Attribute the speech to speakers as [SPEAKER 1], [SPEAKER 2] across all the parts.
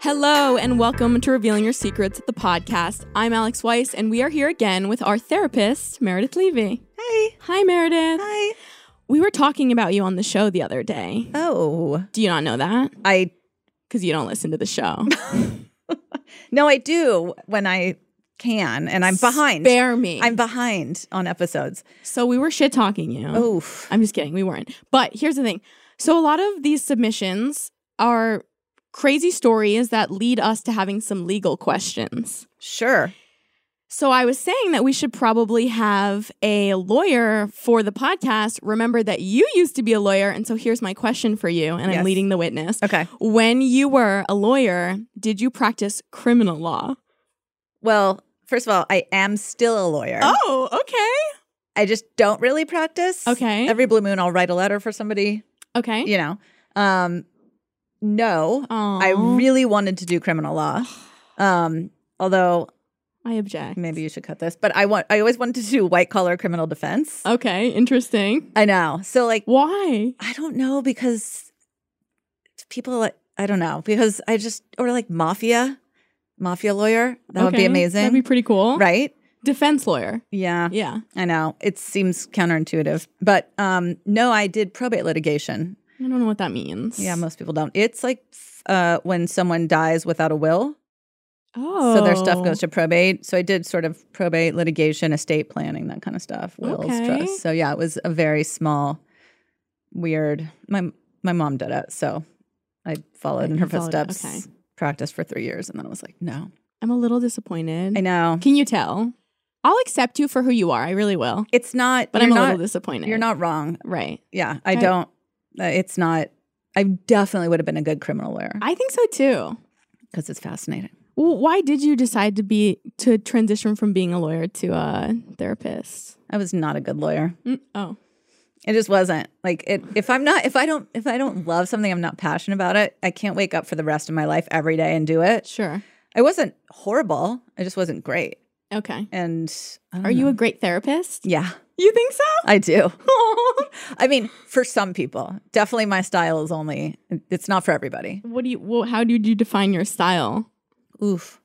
[SPEAKER 1] Hello, and welcome to Revealing Your Secrets, the podcast. I'm Alex Weiss, and we are here again with our therapist, Meredith Levy.
[SPEAKER 2] Hey.
[SPEAKER 1] Hi, Meredith.
[SPEAKER 2] Hi.
[SPEAKER 1] We were talking about you on the show the other day.
[SPEAKER 2] Oh.
[SPEAKER 1] Do you not know that?
[SPEAKER 2] I
[SPEAKER 1] Because you don't listen to the show.
[SPEAKER 2] no, I do when I can, and I'm behind.
[SPEAKER 1] Spare me.
[SPEAKER 2] I'm behind on episodes.
[SPEAKER 1] so we were shit talking you.
[SPEAKER 2] Oof.
[SPEAKER 1] I'm just kidding. We weren't. But here's the thing. So a lot of these submissions are crazy stories that lead us to having some legal questions.
[SPEAKER 2] Sure.
[SPEAKER 1] So I was saying that we should probably have a lawyer for the podcast. Remember that you used to be a lawyer, and so here's my question for you, and I'm
[SPEAKER 2] Yes.
[SPEAKER 1] leading the witness.
[SPEAKER 2] Okay.
[SPEAKER 1] When you were a lawyer, did you practice criminal law?
[SPEAKER 2] Well, first of all, I am still a lawyer.
[SPEAKER 1] Oh, okay.
[SPEAKER 2] I just don't really practice.
[SPEAKER 1] Okay.
[SPEAKER 2] Every blue moon, I'll write a letter for somebody,
[SPEAKER 1] Okay.
[SPEAKER 2] you know. Um, no,
[SPEAKER 1] Aw.
[SPEAKER 2] I really wanted to do criminal law. Um, although
[SPEAKER 1] I object.
[SPEAKER 2] maybe you should cut this, but I want I always wanted to do white collar criminal defense.
[SPEAKER 1] Okay, interesting.
[SPEAKER 2] I know. So like
[SPEAKER 1] Why?
[SPEAKER 2] I don't know because people like I don't know because I just or like mafia, mafia lawyer that would
[SPEAKER 1] Okay,
[SPEAKER 2] be amazing,
[SPEAKER 1] That'd be pretty cool.
[SPEAKER 2] right?
[SPEAKER 1] Defense lawyer.
[SPEAKER 2] Yeah,
[SPEAKER 1] Yeah.
[SPEAKER 2] I know it seems counterintuitive, but um, no, I did probate litigation.
[SPEAKER 1] I don't know what that means.
[SPEAKER 2] Yeah, most people don't. It's like f- uh, when someone dies without a will,
[SPEAKER 1] oh.
[SPEAKER 2] so their stuff goes to probate. So I did sort of probate litigation, estate planning, that kind of stuff, wills,
[SPEAKER 1] Okay.
[SPEAKER 2] trusts. So yeah, it was a very small, weird. My my mom did it, so I followed in
[SPEAKER 1] You
[SPEAKER 2] her
[SPEAKER 1] followed it,
[SPEAKER 2] footsteps.
[SPEAKER 1] okay. Mm-hmm.
[SPEAKER 2] Practiced for three years, and then I was like, no,
[SPEAKER 1] I'm a little disappointed.
[SPEAKER 2] I know
[SPEAKER 1] Can you tell? I'll accept you for who you are. I really will.
[SPEAKER 2] it's not.
[SPEAKER 1] But I'm
[SPEAKER 2] you're
[SPEAKER 1] a
[SPEAKER 2] not,
[SPEAKER 1] little disappointed.
[SPEAKER 2] You're not wrong.
[SPEAKER 1] right.
[SPEAKER 2] Yeah, I
[SPEAKER 1] Right.
[SPEAKER 2] don't. Uh, it's not. I definitely would have been a good criminal lawyer
[SPEAKER 1] I think so too.
[SPEAKER 2] because it's fascinating.
[SPEAKER 1] Well, why did you decide to be to transition from being a lawyer to a therapist?
[SPEAKER 2] I was not a good lawyer.
[SPEAKER 1] Mm, oh,
[SPEAKER 2] It just wasn't like it. If I'm not, if I don't, if I don't love something, I'm not passionate about it. I can't wake up for the rest of my life every day and do it.
[SPEAKER 1] sure.
[SPEAKER 2] I wasn't horrible. I just wasn't great.
[SPEAKER 1] Okay.
[SPEAKER 2] And I don't
[SPEAKER 1] Are you
[SPEAKER 2] know.
[SPEAKER 1] a great therapist?
[SPEAKER 2] yeah,
[SPEAKER 1] You think so?
[SPEAKER 2] I do. I mean, for some people, definitely my style is only. It's not for everybody.
[SPEAKER 1] What do you? Well, how did you define your style?
[SPEAKER 2] Oof.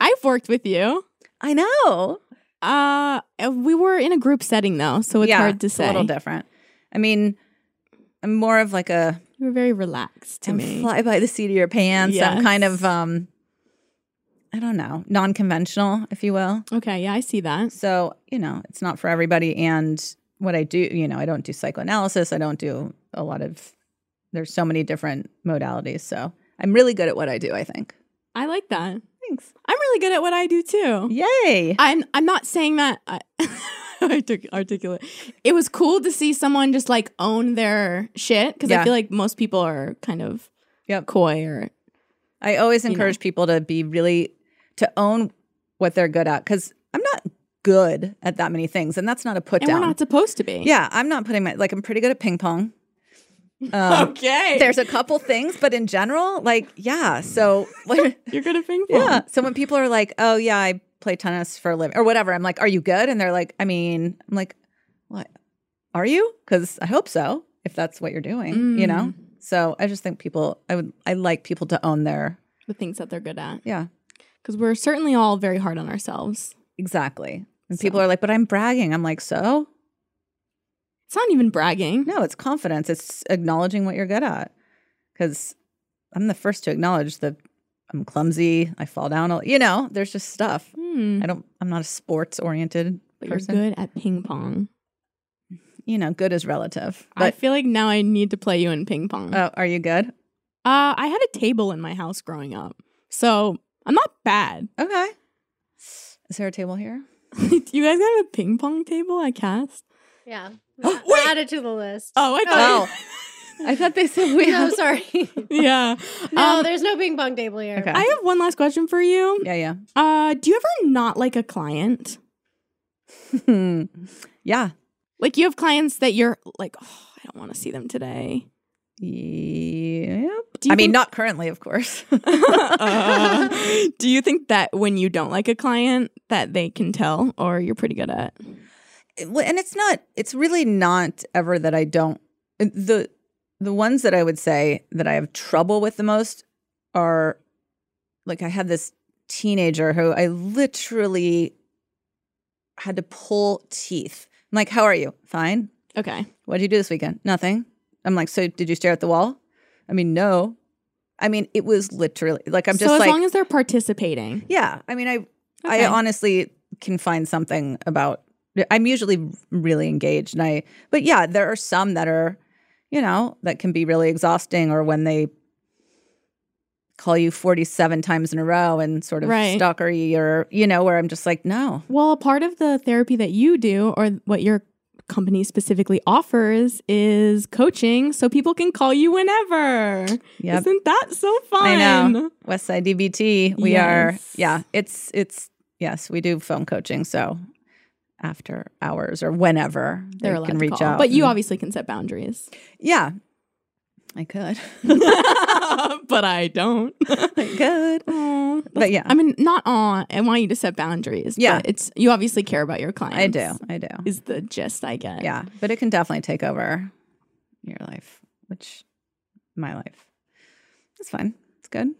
[SPEAKER 1] I've worked with you.
[SPEAKER 2] I know.
[SPEAKER 1] Uh, we were in a group setting though, so it's
[SPEAKER 2] yeah,
[SPEAKER 1] hard to
[SPEAKER 2] it's
[SPEAKER 1] say.
[SPEAKER 2] A little different. I mean, I'm more of like a
[SPEAKER 1] You were very relaxed to
[SPEAKER 2] I'm
[SPEAKER 1] me.
[SPEAKER 2] fly by the seat of your pants. I'm kind
[SPEAKER 1] Yes.
[SPEAKER 2] of um, I don't know, non-conventional, if you will.
[SPEAKER 1] okay, yeah, I see that.
[SPEAKER 2] So, you know, it's not for everybody. And what I do, you know, I don't do psychoanalysis. I don't do a lot of, there's so many different modalities. So I'm really good at what I do, I think.
[SPEAKER 1] I like that.
[SPEAKER 2] Thanks.
[SPEAKER 1] I'm really good at what I do too.
[SPEAKER 2] Yay.
[SPEAKER 1] I'm I'm not saying that I, I took articulate. It was cool to see someone just like own their shit because I
[SPEAKER 2] Yeah.
[SPEAKER 1] feel like most people are kind of
[SPEAKER 2] Yep.
[SPEAKER 1] coy or
[SPEAKER 2] I always
[SPEAKER 1] You know.
[SPEAKER 2] encourage people to be really, to own what they're good at because I'm not good at that many things. And that's not a put
[SPEAKER 1] and
[SPEAKER 2] down.
[SPEAKER 1] we're not supposed to be.
[SPEAKER 2] yeah. I'm not putting my, like, I'm pretty good at ping pong. Um,
[SPEAKER 1] Okay.
[SPEAKER 2] There's a couple things, but in general, like, yeah. So,
[SPEAKER 1] You're good at ping pong.
[SPEAKER 2] Yeah. So when people are like, "Oh yeah, I play tennis for a living" or whatever, I'm like, "Are you good?" And they're like, "I mean," I'm like, "What? Are you?" Because I hope so. If that's what you're doing, you
[SPEAKER 1] Mm.
[SPEAKER 2] know. So I just think people, I would, I like people to own their,
[SPEAKER 1] The things that they're good at
[SPEAKER 2] yeah,
[SPEAKER 1] because we're certainly all very hard on ourselves.
[SPEAKER 2] exactly. And people are like, "But I'm bragging." I'm like, "So
[SPEAKER 1] It's not even bragging.
[SPEAKER 2] no, it's confidence. It's acknowledging what you're good at." Because I'm the first to acknowledge that I'm clumsy. I fall down. all- You know, there's just stuff.
[SPEAKER 1] Hmm.
[SPEAKER 2] I don't. I'm not a sports oriented
[SPEAKER 1] But you're
[SPEAKER 2] person.
[SPEAKER 1] good at ping pong.
[SPEAKER 2] you know, good is relative.
[SPEAKER 1] I mm.
[SPEAKER 2] But
[SPEAKER 1] feel like now I need to play you in ping pong.
[SPEAKER 2] oh, are you good?
[SPEAKER 1] uh, I had a table in my house growing up, so I'm not bad.
[SPEAKER 2] Okay. Is there a table here?
[SPEAKER 1] you guys have a ping pong table at Cast?
[SPEAKER 3] Yeah.
[SPEAKER 1] Oh,
[SPEAKER 3] We
[SPEAKER 1] wait.
[SPEAKER 3] added to the list.
[SPEAKER 1] Oh, I
[SPEAKER 2] Oh,
[SPEAKER 1] thought.
[SPEAKER 2] I thought they said we.
[SPEAKER 3] no,
[SPEAKER 2] have-
[SPEAKER 3] sorry.
[SPEAKER 1] yeah.
[SPEAKER 3] No,
[SPEAKER 1] Um,
[SPEAKER 3] there's no ping pong table here.
[SPEAKER 2] Okay.
[SPEAKER 1] I have one last question for you.
[SPEAKER 2] Yeah, yeah.
[SPEAKER 1] Uh, do you ever not like a client?
[SPEAKER 2] Hmm. yeah.
[SPEAKER 1] Like you have clients that you're like, oh, I don't want to see them today.
[SPEAKER 2] Yep.
[SPEAKER 1] Do you
[SPEAKER 2] I mean,
[SPEAKER 1] think-
[SPEAKER 2] not currently, of course.
[SPEAKER 1] Uh, do you think that when you don't like a client, that they can tell, or you're pretty good at?
[SPEAKER 2] It- well, and it's not it's really not ever that i don't the the ones that i would say that i have trouble with the most are like I had this teenager who I literally had to pull teeth. I'm like, how are you? Fine.
[SPEAKER 1] Okay.
[SPEAKER 2] What did you do this weekend? Nothing. I'm like, so did you stare at the wall? I mean, no. I mean, it was literally like I'm
[SPEAKER 1] so
[SPEAKER 2] just
[SPEAKER 1] as
[SPEAKER 2] like,
[SPEAKER 1] long as they're participating.
[SPEAKER 2] yeah. I mean, I
[SPEAKER 1] Okay.
[SPEAKER 2] I honestly can find something about. I'm usually really engaged, and I. But yeah, there are some that are, you know, that can be really exhausting, or when they call you 47 times in a row and sort of
[SPEAKER 1] Right.
[SPEAKER 2] stalkery, or you know, where I'm just like, no,
[SPEAKER 1] Well, a part of the therapy that you do or what your company specifically offers is coaching so people can call you whenever.
[SPEAKER 2] Yep.
[SPEAKER 1] Isn't that so fun?
[SPEAKER 2] I know. Westside DBT. We are,
[SPEAKER 1] Yes.
[SPEAKER 2] yeah. It's it's yes, we do phone coaching, so after hours or whenever
[SPEAKER 1] They're
[SPEAKER 2] they
[SPEAKER 1] allowed
[SPEAKER 2] can
[SPEAKER 1] to
[SPEAKER 2] reach
[SPEAKER 1] call.
[SPEAKER 2] out.
[SPEAKER 1] But you
[SPEAKER 2] and-
[SPEAKER 1] obviously can set boundaries.
[SPEAKER 2] yeah, I could,
[SPEAKER 1] but I don't.
[SPEAKER 2] I could.
[SPEAKER 1] Aw,
[SPEAKER 2] But yeah,
[SPEAKER 1] I mean, not on. I want you to set boundaries.
[SPEAKER 2] Yeah.
[SPEAKER 1] but it's you obviously care about your clients.
[SPEAKER 2] I do. I do.
[SPEAKER 1] Is the gist I get.
[SPEAKER 2] Yeah, but it can definitely take over your life, which my life. It's fun. It's good.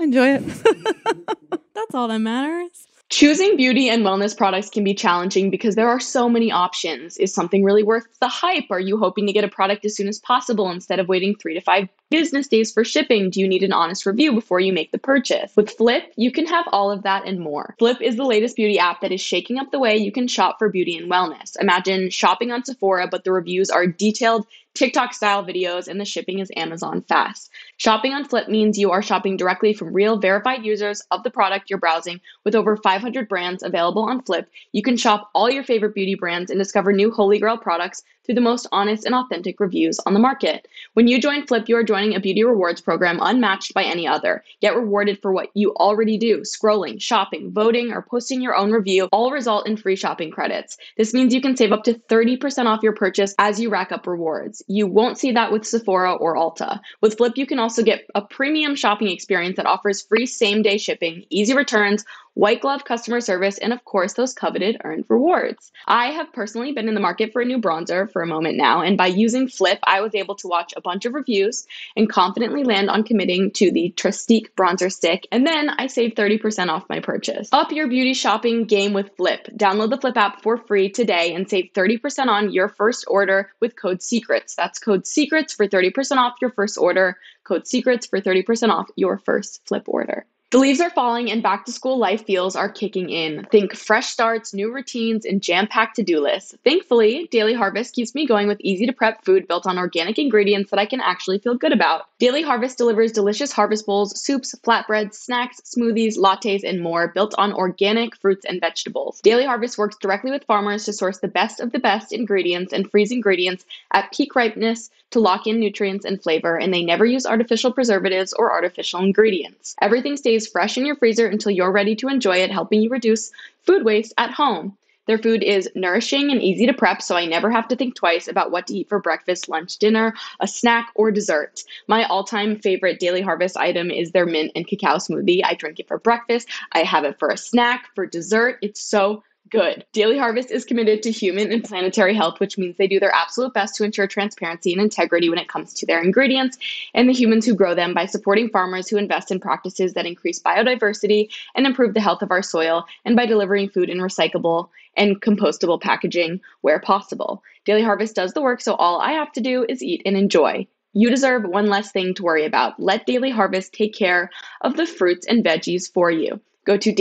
[SPEAKER 2] I enjoy it.
[SPEAKER 1] that's all that matters.
[SPEAKER 3] Choosing beauty and wellness products can be challenging because there are so many options. Is something really worth the hype? Are you hoping to get a product as soon as possible instead of waiting three to five business days for shipping? Do you need an honest review before you make the purchase? With Flip, you can have all of that and more. Flip is the latest beauty app that is shaking up the way you can shop for beauty and wellness. Imagine shopping on Sephora, but the reviews are detailed TikTok style videos and the shipping is Amazon fast. Shopping on Flip means you are shopping directly from real verified users of the product you're browsing. With over 500 brands available on Flip, you can shop all your favorite beauty brands and discover new holy grail products through the most honest and authentic reviews on the market. When you join Flip, you are joining a beauty rewards program unmatched by any other. Get rewarded for what you already do scrolling, shopping, voting, or posting your own review, all result in free shopping credits. This means you can save up to 30% off your purchase as you rack up rewards. You won't see that with Sephora or Ulta. With Flip, you can also get a premium shopping experience that offers free same day shipping, easy returns, white glove customer service, and of course, those coveted earned rewards. I have personally been in the market for a new bronzer for a moment now, and by using Flip, I was able to watch a bunch of reviews and confidently land on committing to the Trustique bronzer stick, and then I saved 30% off my purchase. Up your beauty shopping game with Flip. Download the Flip app for free today and save 30% on your first order with code SECRETS. That's code SECRETS for 30% off your first order. Code SECRETS for 30% off your first Flip order. The leaves are falling and back to school life feels are kicking in. Think fresh starts, new routines, and jam packed to do lists. Thankfully, Daily Harvest keeps me going with easy to prep food built on organic ingredients that I can actually feel good about. Daily Harvest delivers delicious harvest bowls, soups, flatbreads, snacks, smoothies, lattes, and more built on organic fruits and vegetables. Daily Harvest works directly with farmers to source the best of the best ingredients and freeze ingredients at peak ripeness to lock in nutrients and flavor, and they never use artificial preservatives or artificial ingredients. Everything stays fresh in your freezer until you're ready to enjoy it, helping you reduce food waste at home. Their food is nourishing and easy to prep, so I never have to think twice about what to eat for breakfast, lunch, dinner, a snack, or dessert. My all time favorite daily harvest item is their mint and cacao smoothie. I drink it for breakfast, I have it for a snack, for dessert. It's so good. Daily Harvest is committed to human and planetary health, which means they do their absolute best to ensure transparency and integrity when it comes to their ingredients and the humans who grow them by supporting farmers who invest in practices that increase biodiversity and improve the health of our soil and by delivering food in recyclable and compostable packaging where possible. Daily Harvest does the work, so all I have to do is eat and enjoy. You deserve one less thing to worry about. Let Daily Harvest take care of the fruits and veggies for you. Go to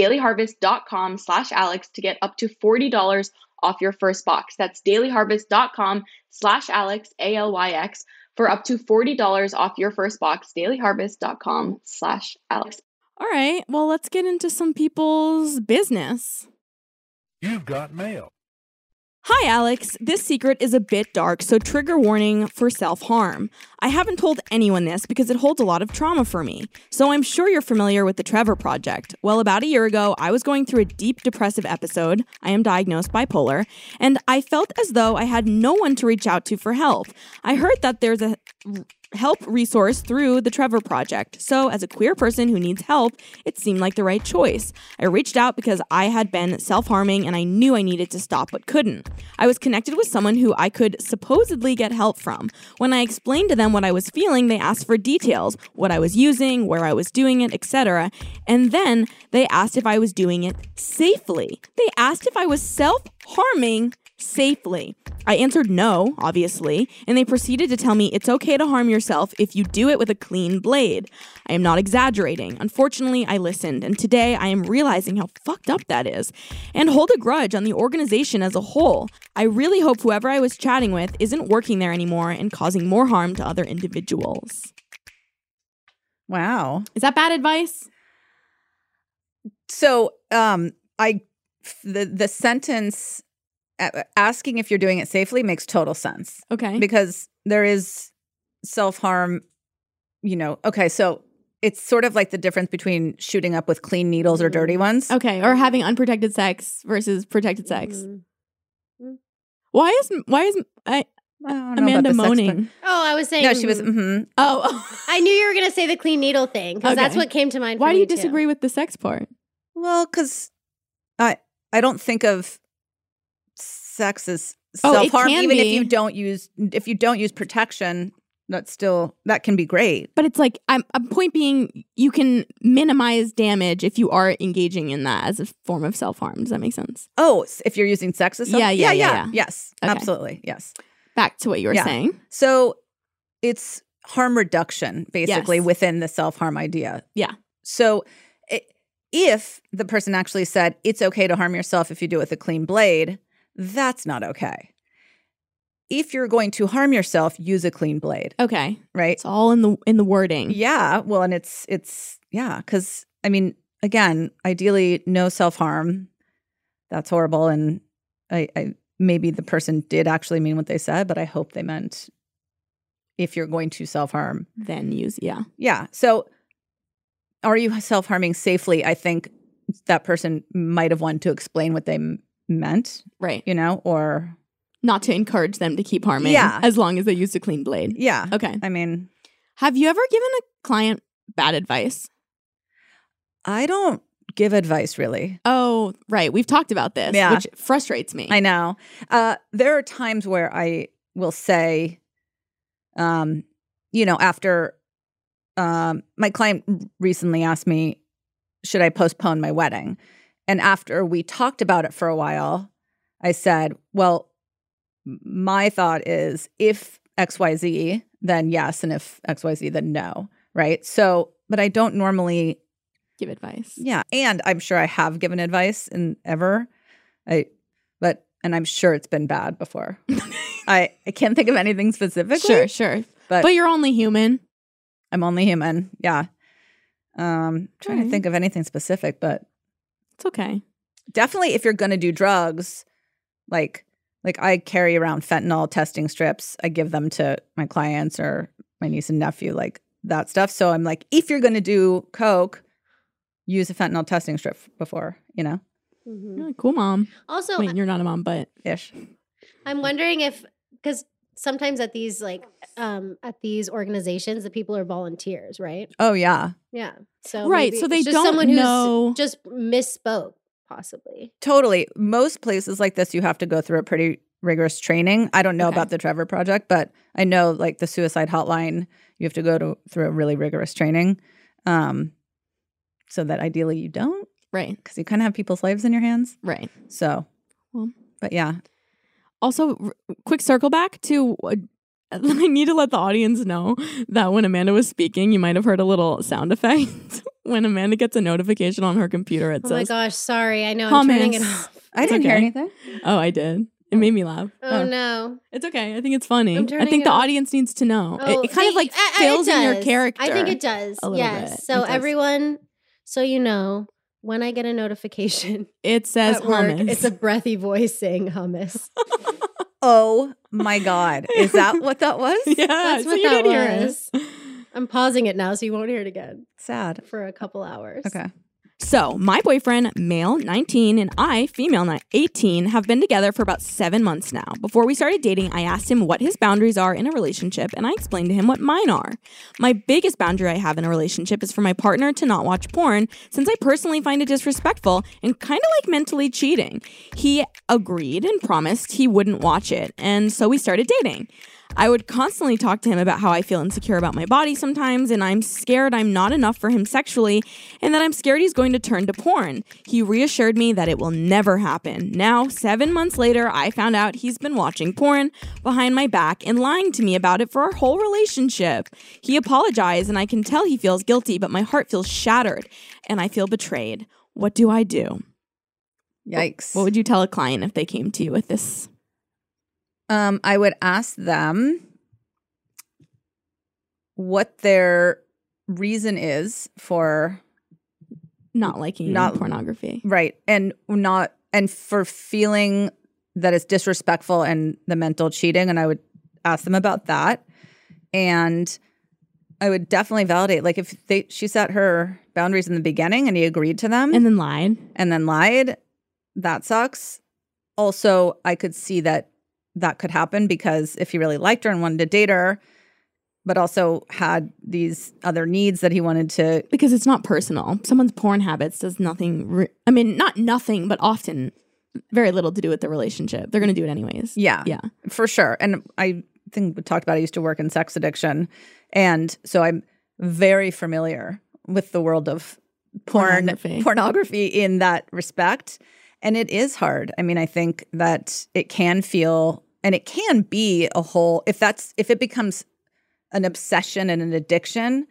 [SPEAKER 3] dailyharvest.com slash Alex to get up to $40 off your first box. That's dailyharvest.com slash Alex, A L Y X, for up to $40 off your first box. Dailyharvest.com slash Alex.
[SPEAKER 1] All right. Well, let's get into some people's business.
[SPEAKER 4] You've got mail.
[SPEAKER 1] Hi, Alex. This secret is a bit dark, so trigger warning for self harm. I haven't told anyone this because it holds a lot of trauma for me. So I'm sure you're familiar with the Trevor Project. Well, about a year ago, I was going through a deep depressive episode. I am diagnosed bipolar, and I felt as though I had no one to reach out to for help. I heard that there's a help resource through the Trevor Project. So, as a queer person who needs help, it seemed like the right choice. I reached out because I had been self harming and I knew I needed to stop but couldn't. I was connected with someone who I could supposedly get help from. When I explained to them what I was feeling, they asked for details what I was using, where I was doing it, etc. And then they asked if I was doing it safely. They asked if I was self harming safely. I answered no, obviously, and they proceeded to tell me it's okay to harm yourself if you do it with a clean blade. I am not exaggerating. Unfortunately, I listened, and today I am realizing how fucked up that is and hold a grudge on the organization as a whole. I really hope whoever I was chatting with isn't working there anymore and causing more harm to other individuals.
[SPEAKER 2] Wow.
[SPEAKER 1] Is that bad advice?
[SPEAKER 2] So, um, I f- the the sentence a- asking if you're doing it safely makes total sense
[SPEAKER 1] Okay.
[SPEAKER 2] because there is self harm. You know. Okay, so it's sort of like the difference between shooting up with clean needles or
[SPEAKER 5] Mhm.
[SPEAKER 2] dirty ones.
[SPEAKER 1] Okay, or having unprotected sex versus protected sex.
[SPEAKER 2] Mm.
[SPEAKER 5] Mm.
[SPEAKER 1] Why is why is I,
[SPEAKER 2] I don't know about
[SPEAKER 1] Amanda
[SPEAKER 2] the sex part.
[SPEAKER 1] moaning?
[SPEAKER 5] Oh, I was saying.
[SPEAKER 2] No, she was.
[SPEAKER 5] mhm.
[SPEAKER 2] hmm
[SPEAKER 1] Oh,
[SPEAKER 5] I knew you were going to say the clean needle thing because that's
[SPEAKER 1] Okay.
[SPEAKER 5] what came to mind.
[SPEAKER 1] why
[SPEAKER 5] for
[SPEAKER 1] do you
[SPEAKER 5] me, too.
[SPEAKER 1] disagree with the sex part?
[SPEAKER 2] Well, because I I don't think of sex as
[SPEAKER 1] Oh, it
[SPEAKER 2] self harm,
[SPEAKER 1] can
[SPEAKER 2] even if you
[SPEAKER 1] be.
[SPEAKER 2] don't use if you don't use protection. That's still that can be great.
[SPEAKER 1] But it's like I'm. I'm point being, you can minimize damage if you are engaging in that as a form of self harm. Does that make sense?
[SPEAKER 2] Oh, s- if you're using sex as self-
[SPEAKER 1] Yeah, yeah, yeah, yeah.
[SPEAKER 2] yes,
[SPEAKER 1] Okay.
[SPEAKER 2] absolutely, yes.
[SPEAKER 1] Back to what you were
[SPEAKER 2] Yeah.
[SPEAKER 1] saying.
[SPEAKER 2] So it's harm reduction basically
[SPEAKER 1] Yes.
[SPEAKER 2] within the self harm idea.
[SPEAKER 1] Yeah.
[SPEAKER 2] So i if the person actually said it's okay to harm yourself if you do it with a clean blade, that's not okay. If you're going to harm yourself, use a clean blade,
[SPEAKER 1] Okay,
[SPEAKER 2] right?
[SPEAKER 1] it's all in the in the wording.
[SPEAKER 2] Yeah. Well, and it's it's yeah, because I mean, again, ideally, no self harm. That's horrible, and I, I maybe the person did actually mean what they said, but I hope they meant if you're going to self harm.
[SPEAKER 1] Then use yeah.
[SPEAKER 2] Yeah. So, are you self harming safely? I think that person might have wanted to explain what they m- meant,
[SPEAKER 1] Right.
[SPEAKER 2] you know, or
[SPEAKER 1] Not to encourage them to keep harming.
[SPEAKER 2] Yeah.
[SPEAKER 1] As long as they use a clean blade.
[SPEAKER 2] yeah.
[SPEAKER 1] Okay.
[SPEAKER 2] I mean,
[SPEAKER 1] Have you ever given a client bad advice?
[SPEAKER 2] I don't give advice really.
[SPEAKER 1] Oh, right. We've talked about this,
[SPEAKER 2] Yeah.
[SPEAKER 1] which frustrates me.
[SPEAKER 2] I know. Uh, there are times where I will say, um, you know, after um, my client recently asked me, should I postpone my wedding? And after we talked about it for a while, I said, well, m- my thought is if XYZ, then yes. And if XYZ, then no. Right. So, but I don't normally
[SPEAKER 1] Give advice.
[SPEAKER 2] yeah, and I'm sure I have given advice and ever, I, but and I'm sure it's been bad before. I I can't think of anything specifically.
[SPEAKER 1] Sure, sure.
[SPEAKER 2] but,
[SPEAKER 1] But you're only human.
[SPEAKER 2] I'm only human. Yeah, um, trying
[SPEAKER 1] Alright.
[SPEAKER 2] to think of anything specific, but
[SPEAKER 1] It's okay.
[SPEAKER 2] definitely if you're gonna do drugs, like like I carry around fentanyl testing strips. I give them to my clients or my niece and nephew, like that stuff. So I'm like, if you're gonna do coke, use a fentanyl testing strip before you know
[SPEAKER 5] Mhm.
[SPEAKER 1] You're like, cool mom.
[SPEAKER 5] Also,
[SPEAKER 1] Wait, you're not a mom, but
[SPEAKER 2] ish.
[SPEAKER 5] I'm wondering if because sometimes at these like um at these organizations, the people are volunteers, right?
[SPEAKER 2] Oh yeah.
[SPEAKER 5] Yeah. So
[SPEAKER 1] right.
[SPEAKER 5] maybe
[SPEAKER 1] So they
[SPEAKER 5] it's just
[SPEAKER 1] don't
[SPEAKER 5] someone
[SPEAKER 1] know.
[SPEAKER 5] who's just misspoke, possibly.
[SPEAKER 2] Totally. Most places like this, you have to go through a pretty rigorous training. I don't know
[SPEAKER 1] Okay.
[SPEAKER 2] about the Trevor Project, but I know like the suicide hotline, you have to go to through a really rigorous training, um, so that ideally you don't,
[SPEAKER 1] right.
[SPEAKER 2] because you kind of have people's lives in your hands.
[SPEAKER 1] Right.
[SPEAKER 2] So,
[SPEAKER 1] Well.
[SPEAKER 2] but yeah,
[SPEAKER 1] Also, r- quick circle back to. Uh, I need to let the audience know that when Amanda was speaking, you might have heard a little sound effect when Amanda gets a notification on her computer. It
[SPEAKER 5] Oh my
[SPEAKER 1] says,
[SPEAKER 5] gosh, sorry. I know I'm turning it
[SPEAKER 1] "Hummus."
[SPEAKER 5] off.
[SPEAKER 2] I
[SPEAKER 1] It's
[SPEAKER 2] didn't hear
[SPEAKER 1] okay.
[SPEAKER 2] anything.
[SPEAKER 1] Oh, I did. It made me laugh.
[SPEAKER 5] Oh,
[SPEAKER 2] Oh.
[SPEAKER 5] no.
[SPEAKER 1] It's okay. I think it's funny.
[SPEAKER 5] I'm
[SPEAKER 1] I
[SPEAKER 5] turning
[SPEAKER 1] think
[SPEAKER 5] it
[SPEAKER 1] the
[SPEAKER 5] off.
[SPEAKER 1] audience needs to know.
[SPEAKER 5] Oh,
[SPEAKER 1] it, it kind of
[SPEAKER 5] they-
[SPEAKER 1] like
[SPEAKER 5] I- I- it
[SPEAKER 1] fills in your
[SPEAKER 5] does.
[SPEAKER 1] character.
[SPEAKER 5] I think it does.
[SPEAKER 1] a little
[SPEAKER 5] yes.
[SPEAKER 1] bit.
[SPEAKER 5] So
[SPEAKER 1] It does.
[SPEAKER 5] everyone, so you know, when I get a notification
[SPEAKER 1] It says
[SPEAKER 5] at work,
[SPEAKER 1] hummus. Ah,
[SPEAKER 5] it's a breathy voice saying hummus.
[SPEAKER 2] Oh my god, is that what that was?
[SPEAKER 1] yeah,
[SPEAKER 5] That's
[SPEAKER 1] so
[SPEAKER 5] what
[SPEAKER 1] you
[SPEAKER 5] that
[SPEAKER 1] did hear
[SPEAKER 5] was.
[SPEAKER 1] it.
[SPEAKER 5] I'm pausing it now, so you won't hear it again
[SPEAKER 2] Sad.
[SPEAKER 5] for a couple hours.
[SPEAKER 2] Okay.
[SPEAKER 3] So, my boyfriend, male 19, and I, female ni- 18, have been together for about seven months now. Before we started dating, I asked him what his boundaries are in a relationship, and I explained to him what mine are. My biggest boundary I have in a relationship is for my partner to not watch porn, since I personally find it disrespectful and kind of like mentally cheating. He agreed and promised he wouldn't watch it, and so we started dating. I would constantly talk to him about how I feel insecure about my body sometimes, and I'm scared I'm not enough for him sexually, and that I'm scared he's going to turn to porn. He reassured me that it will never happen. Now, seven months later, I found out he's been watching porn behind my back and lying to me about it for our whole relationship. He apologized, and I can tell he feels guilty, but my heart feels shattered, and I feel betrayed. What do I do?
[SPEAKER 2] Yikes.
[SPEAKER 3] What would you tell a client if they came to you with this?
[SPEAKER 2] Um, I would ask them what their reason is for
[SPEAKER 3] Not liking
[SPEAKER 2] Not-
[SPEAKER 3] pornography.
[SPEAKER 2] right and not and for feeling that it's disrespectful and the mental cheating. And I would ask them about that, and I would definitely validate. Like if they she set her boundaries in the beginning and he agreed to them,
[SPEAKER 3] And then lied.
[SPEAKER 2] and then lied. That sucks. Also, I could see that that could happen because if he really liked her and wanted to date her, but also had these other needs that he wanted to,
[SPEAKER 3] because it's not personal. Someone's porn habits does nothing. Re- I mean, not nothing, but often very little to do with the relationship. They're going to do it anyways.
[SPEAKER 2] yeah,
[SPEAKER 3] Yeah.
[SPEAKER 2] for sure. And I think we talked about I used to work in sex addiction, and so I'm very familiar with the world of porn
[SPEAKER 3] Pornography.
[SPEAKER 2] pornography in that respect. And it is hard. I mean, I think that it can feel and it can be a whole if that's if it becomes an obsession and an addiction,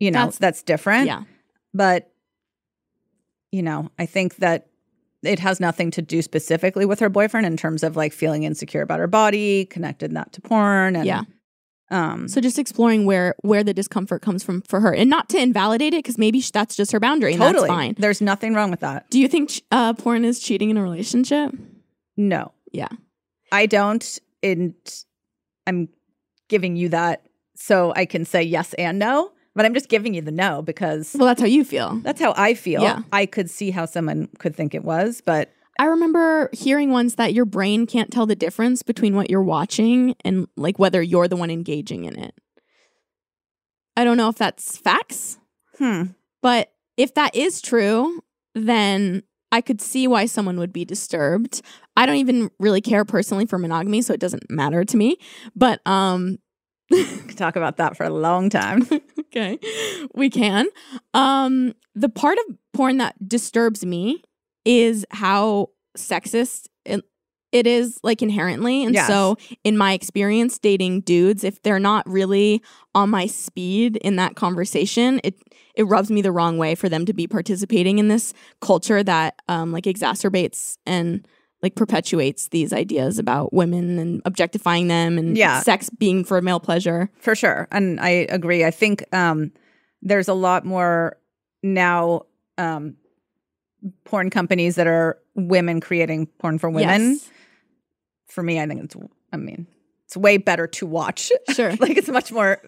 [SPEAKER 2] you know,
[SPEAKER 3] That's-
[SPEAKER 2] that's, different.
[SPEAKER 3] Yeah.
[SPEAKER 2] But you know, I think that it has nothing to do specifically with her boyfriend in terms of like feeling insecure about her body, connected that to porn and
[SPEAKER 3] Yeah.
[SPEAKER 2] um
[SPEAKER 3] So just exploring where where the discomfort comes from for her, and not to invalidate it, because maybe sh- that's just her boundary. And
[SPEAKER 2] totally
[SPEAKER 3] That's fine.
[SPEAKER 2] there's nothing wrong with that.
[SPEAKER 3] Do you think ch- uh, porn is cheating in a relationship?
[SPEAKER 2] No.
[SPEAKER 3] Yeah.
[SPEAKER 2] I don't. And I'm giving you that so I can say yes and no, but I'm just giving you the no because
[SPEAKER 3] Well, that's how you feel.
[SPEAKER 2] that's how I feel.
[SPEAKER 3] Yeah.
[SPEAKER 2] I could see how someone could think it was, but
[SPEAKER 3] I remember hearing once that your brain can't tell the difference between what you're watching and like whether you're the one engaging in it. I don't know if that's facts.
[SPEAKER 2] hmm.
[SPEAKER 3] But if that is true, then I could see why someone would be disturbed. I don't even really care personally for monogamy, so it doesn't matter to me. But um
[SPEAKER 2] Could talk about that for a long time.
[SPEAKER 3] okay, we can. Um the part of porn that disturbs me is how sexist it, it is like inherently. And
[SPEAKER 2] Yes.
[SPEAKER 3] so in my experience dating dudes, if they're not really on my speed in that conversation, it it rubs me the wrong way for them to be participating in this culture that um, like exacerbates and like perpetuates these ideas about women and objectifying them and
[SPEAKER 2] Yeah.
[SPEAKER 3] sex being for male pleasure.
[SPEAKER 2] for sure. And I agree. I think um, there's a lot more now um, porn companies that are women creating porn for women.
[SPEAKER 3] Yes.
[SPEAKER 2] For me, I think it's, I mean, it's way better to watch
[SPEAKER 3] Sure.
[SPEAKER 2] like it's much more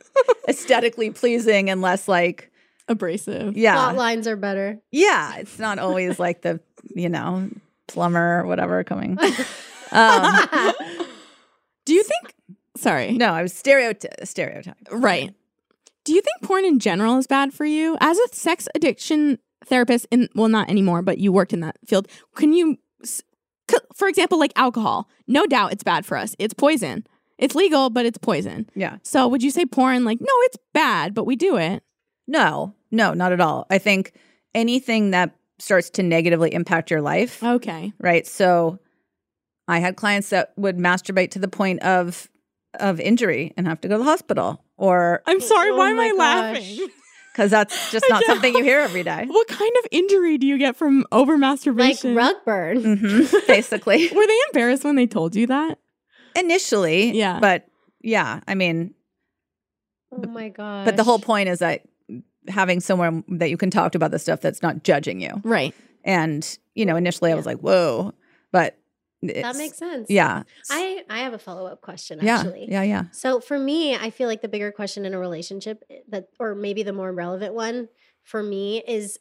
[SPEAKER 2] aesthetically pleasing and less like
[SPEAKER 3] Abrasive.
[SPEAKER 2] yeah
[SPEAKER 5] Plot lines are better.
[SPEAKER 2] yeah it's not always like the you know plumber or whatever coming um,
[SPEAKER 3] Do you think sorry.
[SPEAKER 2] no i was stereoty- stereotype
[SPEAKER 3] Right. Do you think porn in general is bad for you? As a sex addiction therapist, in well, not anymore, but you worked in that field. Can you, s- c- for example, like alcohol? No doubt, it's bad for us. It's poison. It's legal, but it's poison.
[SPEAKER 2] yeah
[SPEAKER 3] So, would you say porn? Like, no, it's bad, but we do it.
[SPEAKER 2] no no not at all i think anything that starts to negatively impact your
[SPEAKER 3] Uh.
[SPEAKER 2] life
[SPEAKER 3] Okay.
[SPEAKER 2] right so i had clients that would masturbate to the point of of injury and have to go to the hospital or
[SPEAKER 3] I'm sorry.
[SPEAKER 5] Oh
[SPEAKER 3] why am
[SPEAKER 5] my
[SPEAKER 3] I
[SPEAKER 5] gosh.
[SPEAKER 3] laughing?
[SPEAKER 2] because that's just
[SPEAKER 3] I
[SPEAKER 2] not
[SPEAKER 3] know.
[SPEAKER 2] something you hear every day
[SPEAKER 3] What kind of injury do you get from over
[SPEAKER 5] Like
[SPEAKER 3] masturbation?
[SPEAKER 5] rug burn.
[SPEAKER 1] Mm.
[SPEAKER 2] Mhm, basically
[SPEAKER 3] Were they embarrassed when they told you that?
[SPEAKER 2] initially
[SPEAKER 3] Yeah.
[SPEAKER 2] but yeah i mean
[SPEAKER 5] Oh my god.
[SPEAKER 2] but the whole point is that having someone that you can talk to about the stuff that's not judging you
[SPEAKER 3] Right.
[SPEAKER 2] and you know initially i was
[SPEAKER 5] Yeah.
[SPEAKER 2] like whoa but
[SPEAKER 5] that
[SPEAKER 2] it's-
[SPEAKER 5] makes sense.
[SPEAKER 2] yeah
[SPEAKER 5] I I have a follow up question
[SPEAKER 2] yeah
[SPEAKER 5] actually.
[SPEAKER 2] yeah yeah
[SPEAKER 5] So for me, I feel like the bigger question eh, in a relationship that, or maybe the more relevant one for me is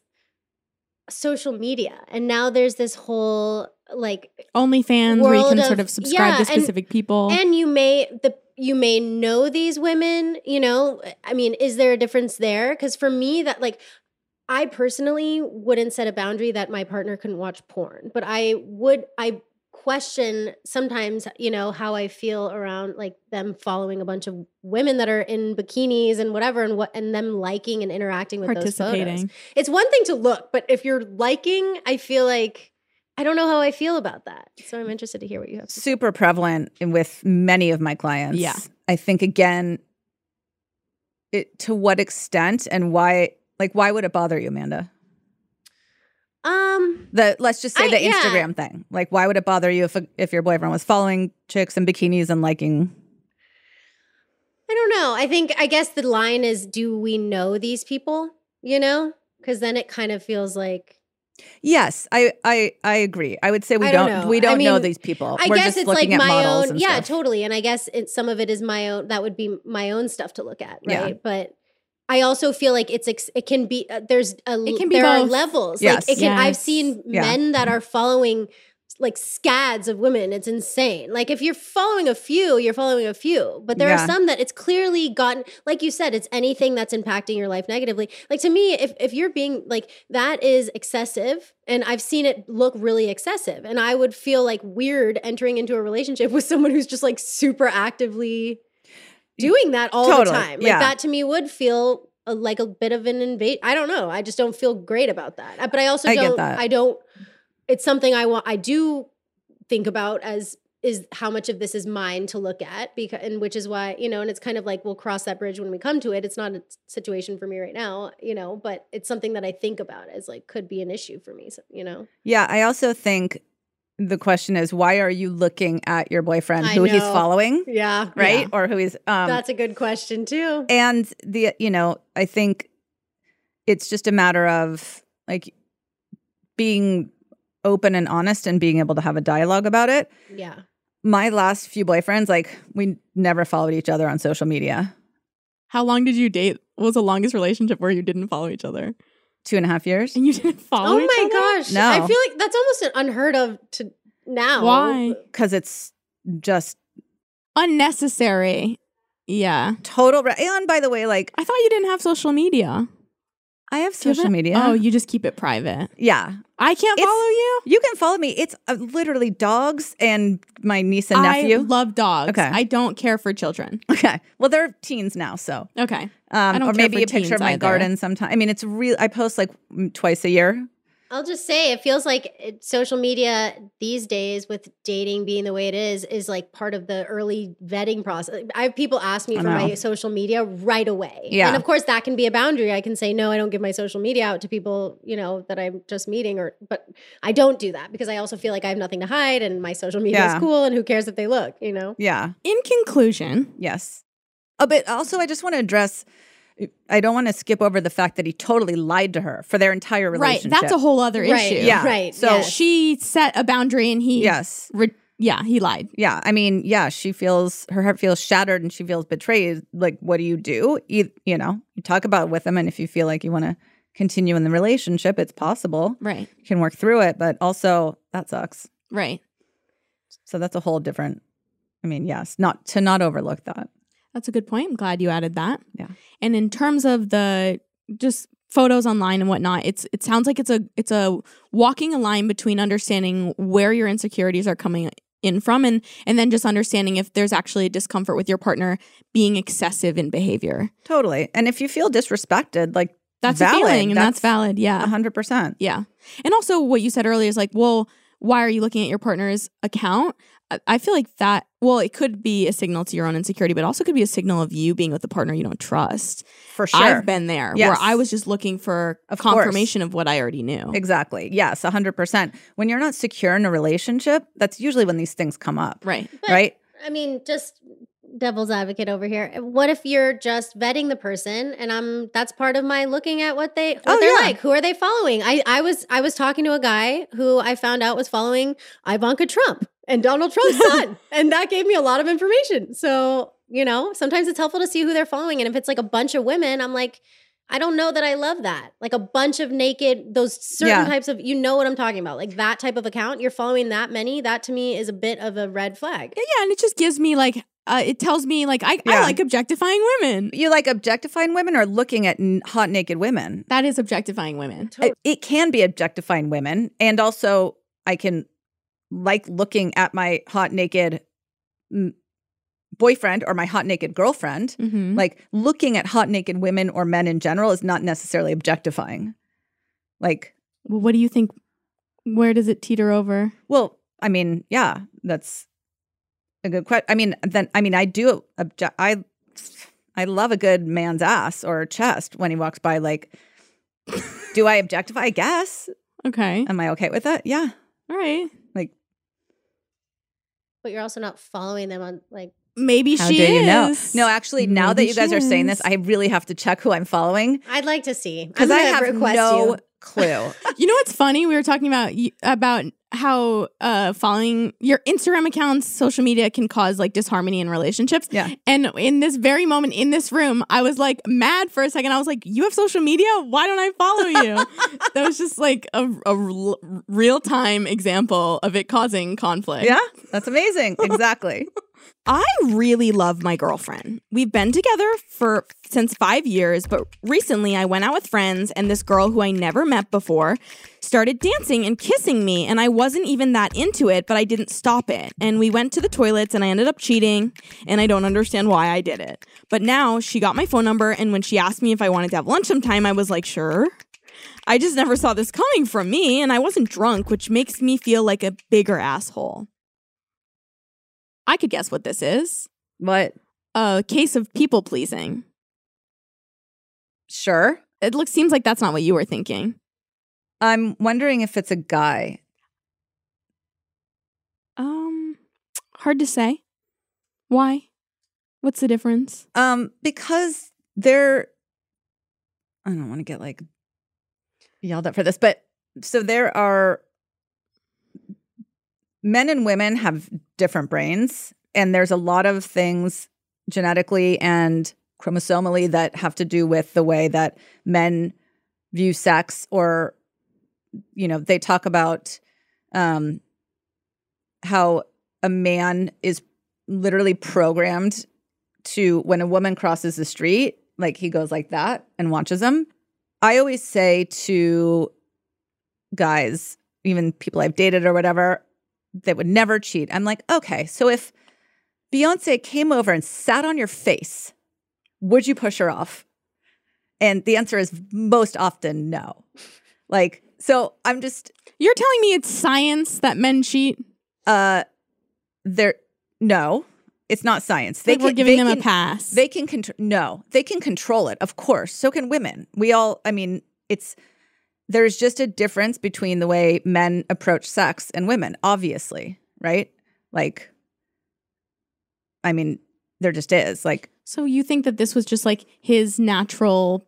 [SPEAKER 5] social media, and now there's this whole like
[SPEAKER 1] OnlyFans, where you
[SPEAKER 5] World
[SPEAKER 1] can
[SPEAKER 5] of-
[SPEAKER 1] sort of subscribe to
[SPEAKER 5] yeah, and-
[SPEAKER 1] specific people.
[SPEAKER 5] and you may the you may know these women you know i mean is there a difference there because for me that like i personally wouldn't set a boundary that my partner couldn't watch porn but i would i question sometimes you know how i feel around like them following a bunch of women that are in bikinis and whatever and what and them liking and interacting with those photos
[SPEAKER 1] participating.
[SPEAKER 5] it's one thing to look but if you're liking i feel like i don't know how i feel about that so i'm interested to hear what you have to say
[SPEAKER 2] super prevalent in- with many of my clients.
[SPEAKER 1] Yeah.
[SPEAKER 2] I think again, it, to what extent and why? Like, why would it bother you, Amanda?
[SPEAKER 5] um
[SPEAKER 2] The let's just say
[SPEAKER 5] I-
[SPEAKER 2] the
[SPEAKER 5] yeah.
[SPEAKER 2] Instagram thing. Like, why would it bother you if if your boyfriend was following chicks in bikinis and liking?
[SPEAKER 5] I don't know. I think I guess the line is do we know these people? You know? Cuz then it kind of feels like
[SPEAKER 2] Yes, I I I agree. I would say we
[SPEAKER 5] I
[SPEAKER 2] don't,
[SPEAKER 5] don't know.
[SPEAKER 2] we
[SPEAKER 5] I
[SPEAKER 2] don't know
[SPEAKER 5] mean,
[SPEAKER 2] these people.
[SPEAKER 5] I
[SPEAKER 2] We're
[SPEAKER 5] guess
[SPEAKER 2] just
[SPEAKER 5] it's like
[SPEAKER 2] looking at
[SPEAKER 5] my
[SPEAKER 2] models
[SPEAKER 5] own
[SPEAKER 2] and
[SPEAKER 5] Yeah,
[SPEAKER 2] stuff.
[SPEAKER 5] totally. And I guess it, some of it is my own that would be my own stuff to look at,
[SPEAKER 2] Yeah.
[SPEAKER 5] right? But I also feel like it's ex- it can be uh, there's a l-
[SPEAKER 1] It can be
[SPEAKER 5] there are
[SPEAKER 1] both.
[SPEAKER 5] levels.
[SPEAKER 2] Yes.
[SPEAKER 5] Like it can I've
[SPEAKER 1] Yes.
[SPEAKER 5] seen
[SPEAKER 2] Yeah. Mm-hmm.
[SPEAKER 5] men that are following like scads of women. It's insane. Like if you're following a few, you're following a few. But there
[SPEAKER 2] Yeah.
[SPEAKER 5] are some that it's clearly gotten like you said, it's anything that's impacting your life negatively. Like to me, if if you're being like that is excessive and I've seen it look really excessive and I would feel like weird entering into a relationship with someone who's just like super actively doing that all the
[SPEAKER 2] Totally,
[SPEAKER 5] time. Like
[SPEAKER 2] yeah.
[SPEAKER 5] that to me would feel a, like a bit of an invade. I don't know. I just don't feel great about that. Uh, But I also
[SPEAKER 2] I get
[SPEAKER 5] don't.
[SPEAKER 2] that.
[SPEAKER 5] I don't. It's something I want. I do think about as is how much of this is mine to look at because and which is why you know and it's kind of like we'll cross that bridge when we come to it it's not a situation for me right now you know but it's something that i think about as like could be an issue for me so, you know
[SPEAKER 2] Yeah, I also think the question is why are you looking at your boyfriend
[SPEAKER 5] I
[SPEAKER 2] who he's
[SPEAKER 5] know.
[SPEAKER 2] following,
[SPEAKER 5] yeah
[SPEAKER 2] right? Or who he's um eh,
[SPEAKER 5] that's a good question too
[SPEAKER 2] and the you know, I think it's just a matter of like being open and honest and being able to have a dialogue about it.
[SPEAKER 5] yeah
[SPEAKER 2] My last few boyfriends like we never followed each other on social media.
[SPEAKER 1] How long did you date? What was the longest relationship where you didn't follow each other?
[SPEAKER 2] Two and a half years.
[SPEAKER 1] And you didn't follow
[SPEAKER 5] Oh
[SPEAKER 1] each
[SPEAKER 5] my
[SPEAKER 1] other?
[SPEAKER 5] gosh.
[SPEAKER 2] No.
[SPEAKER 5] I feel like that's almost an unheard of to now.
[SPEAKER 1] Why?
[SPEAKER 2] Cause it's just
[SPEAKER 1] Unnecessary. Yeah.
[SPEAKER 2] total ra- and by the way, like
[SPEAKER 1] I thought you didn't have social media.
[SPEAKER 2] I have
[SPEAKER 1] Do you have
[SPEAKER 2] social
[SPEAKER 1] it?
[SPEAKER 2] media.
[SPEAKER 1] Oh, you just keep it private.
[SPEAKER 2] yeah.
[SPEAKER 1] I can't
[SPEAKER 2] It's-
[SPEAKER 1] follow you.
[SPEAKER 2] You can follow me. It's uh, literally dogs and my niece and
[SPEAKER 1] I
[SPEAKER 2] nephew.
[SPEAKER 1] love dogs.
[SPEAKER 2] Okay.
[SPEAKER 1] I don't care for children.
[SPEAKER 2] okay. Well, they're teens now, so
[SPEAKER 1] Okay.
[SPEAKER 2] um,
[SPEAKER 1] don't
[SPEAKER 2] or
[SPEAKER 1] care for
[SPEAKER 2] maybe a picture
[SPEAKER 1] teens
[SPEAKER 2] of my
[SPEAKER 1] either.
[SPEAKER 2] garden sometime. I mean, it's real. I post like mm, twice a year.
[SPEAKER 5] I'll just say it feels like it, social media these days with dating being the way it is is like part of the early vetting process. I have people ask me
[SPEAKER 2] I
[SPEAKER 5] for my
[SPEAKER 2] know.
[SPEAKER 5] social media right away.
[SPEAKER 2] Yeah.
[SPEAKER 5] And of course that can be a boundary. I can say no, I don't give my social media out to people, you know, that I'm just meeting or but I don't do that because I also feel like I have nothing to hide and my social media
[SPEAKER 2] Yeah.
[SPEAKER 5] is cool and who cares if they look, you know.
[SPEAKER 2] Yeah.
[SPEAKER 1] In conclusion,
[SPEAKER 2] Yes. Oh, but also, I just want to address. I don't want to skip over the fact that he totally lied to her for their entire
[SPEAKER 1] right,
[SPEAKER 2] relationship.
[SPEAKER 1] that's a whole other
[SPEAKER 5] Right.
[SPEAKER 1] issue.
[SPEAKER 2] Yeah.
[SPEAKER 5] Right.
[SPEAKER 2] So
[SPEAKER 5] yes.
[SPEAKER 1] She set a boundary and he
[SPEAKER 2] yes.
[SPEAKER 1] re- yeah, he lied.
[SPEAKER 2] Yeah, I mean, yeah, she feels her heart feels shattered and she feels betrayed. Like, what do you do? You, you know, you talk about it with them, and if you feel like you want to continue in the relationship, it's possible
[SPEAKER 1] Right.
[SPEAKER 2] you can work through it. But also, that sucks.
[SPEAKER 1] Right.
[SPEAKER 2] So that's a whole different. I mean, yes, not to not overlook that.
[SPEAKER 1] That's a good point. I'm glad you added that.
[SPEAKER 2] Yeah.
[SPEAKER 1] And in terms of the just photos online and whatnot, it's it sounds like it's a it's a walking a line between understanding where your insecurities are coming in from and and then just understanding if there's actually a discomfort with your partner being excessive in behavior.
[SPEAKER 2] Totally. And if you feel disrespected, like
[SPEAKER 1] That's
[SPEAKER 2] Valid.
[SPEAKER 1] a feeling and that's,
[SPEAKER 2] That's-
[SPEAKER 1] valid. Yeah.
[SPEAKER 2] hundred percent.
[SPEAKER 1] Yeah. And also, what you said earlier is like, well, why are you looking at your partner's account? I- I feel like that, well, it could be a signal to your own insecurity, but also could be a signal of you being with a partner you don't trust.
[SPEAKER 2] For sure.
[SPEAKER 1] I've been there where
[SPEAKER 2] Yes.
[SPEAKER 1] I was just looking for
[SPEAKER 2] Of course.
[SPEAKER 1] confirmation of what I already knew.
[SPEAKER 2] Exactly. Yes, 100%. When you're not secure in a relationship, that's usually when these things come up,
[SPEAKER 1] Right.
[SPEAKER 5] But-
[SPEAKER 2] right?
[SPEAKER 5] I mean, just devil's advocate over here. eh, What if you're just vetting the person and I'm that's part of my looking at what they what
[SPEAKER 2] Oh,
[SPEAKER 5] they're
[SPEAKER 2] yeah.
[SPEAKER 5] like. Who are they following? I, I was I was talking to a guy who I found out was following Ivanka Trump and Donald Trump's son. And that gave me a lot of information. So, you know, sometimes it's helpful to see who they're following. And if it's like a bunch of women, I'm like, I don't know that I love that. Like a bunch of naked, those certain
[SPEAKER 2] Yeah.
[SPEAKER 5] types of, you know what I'm talking about. Like that type of account, you're following that many. That to me is a bit of a red flag.
[SPEAKER 1] Yeah, yeah, and it just gives me like uh, it tells me like I, I
[SPEAKER 2] Yeah.
[SPEAKER 1] like objectifying women.
[SPEAKER 2] You like objectifying women or looking at n- hot naked women?
[SPEAKER 1] That is objectifying women.
[SPEAKER 2] It, it can be objectifying women. And also, I can like looking at my hot naked mm, boyfriend or my hot naked girlfriend.
[SPEAKER 1] Mm-hmm.
[SPEAKER 2] Like looking at hot naked women or men in general is not necessarily objectifying. Like,
[SPEAKER 1] Well, what do you think? Where does it teeter over?
[SPEAKER 2] well, I mean, yeah, that's a good question. I mean, then I mean, I do object. I I love a good man's ass or chest when he walks by. Like, do I objectify? I guess.
[SPEAKER 1] Okay,
[SPEAKER 2] Am I okay with that? Yeah.
[SPEAKER 1] all right.
[SPEAKER 5] But you're also not following them on, like,
[SPEAKER 1] Maybe
[SPEAKER 2] How
[SPEAKER 1] she
[SPEAKER 2] do
[SPEAKER 1] is.
[SPEAKER 2] you know? No, actually, now that
[SPEAKER 1] Maybe
[SPEAKER 2] you guys
[SPEAKER 1] she
[SPEAKER 2] are saying this,
[SPEAKER 1] is.
[SPEAKER 2] I really have to check who I'm following
[SPEAKER 5] I'd like to see. I'm
[SPEAKER 2] because I
[SPEAKER 5] gonna
[SPEAKER 2] have
[SPEAKER 5] request
[SPEAKER 2] no
[SPEAKER 5] you.
[SPEAKER 2] clue.
[SPEAKER 1] You know what's funny? We were talking about y- about how uh, following your Instagram accounts, social media can cause like disharmony in relationships.
[SPEAKER 2] Yeah.
[SPEAKER 1] And in this very moment in this room, I was like mad for a second. I was like, "You have social media? Why don't I follow you?" that was just like a, real time example of it causing conflict.
[SPEAKER 2] yeah, that's amazing. Exactly.
[SPEAKER 1] I really love my girlfriend. We've been together for since 5 years, but recently I went out with friends and this girl who I never met before started dancing and kissing me and I wasn't even that into it, but I didn't stop it. And we went to the toilets and I ended up cheating and I don't understand why I did it. But now she got my phone number and when she asked me if I wanted to have lunch sometime, I was like, "Sure." I just never saw this coming from me and I wasn't drunk, which makes me feel like a bigger asshole. I could guess what this is
[SPEAKER 2] What?
[SPEAKER 1] a case of people pleasing.
[SPEAKER 2] Sure.
[SPEAKER 1] It looks seems like that's not what you were thinking.
[SPEAKER 2] I'm wondering if it's a guy.
[SPEAKER 1] Um, hard to say. Why? What's the difference?
[SPEAKER 2] Um, because they're I don't want to get like yelled at for this, but so there are men and women have different brains, and there's a lot of things genetically and chromosomally that have to do with the way that men view sex or you know they talk about um how a man is literally programmed to when a woman crosses the street, like he goes like that and watches them. I always say to guys, even people I've dated or whatever, that would never cheat. I'm like, okay, so if Beyonce came over and sat on your face, would you push her off? And the answer is most often no. Like, so I'm just
[SPEAKER 1] You're telling me it's science that men cheat?
[SPEAKER 2] uh there no, it's not science. They
[SPEAKER 1] Like we're
[SPEAKER 2] can-
[SPEAKER 1] giving
[SPEAKER 2] they
[SPEAKER 1] them a
[SPEAKER 2] can-
[SPEAKER 1] pass.
[SPEAKER 2] They can control. No, they can control it. Of course, so can women. We all. I mean, it's there's just a difference between the way men approach sex and women. Obviously, right? Like, I mean, there just is. Like,
[SPEAKER 1] so you think that this was just like his natural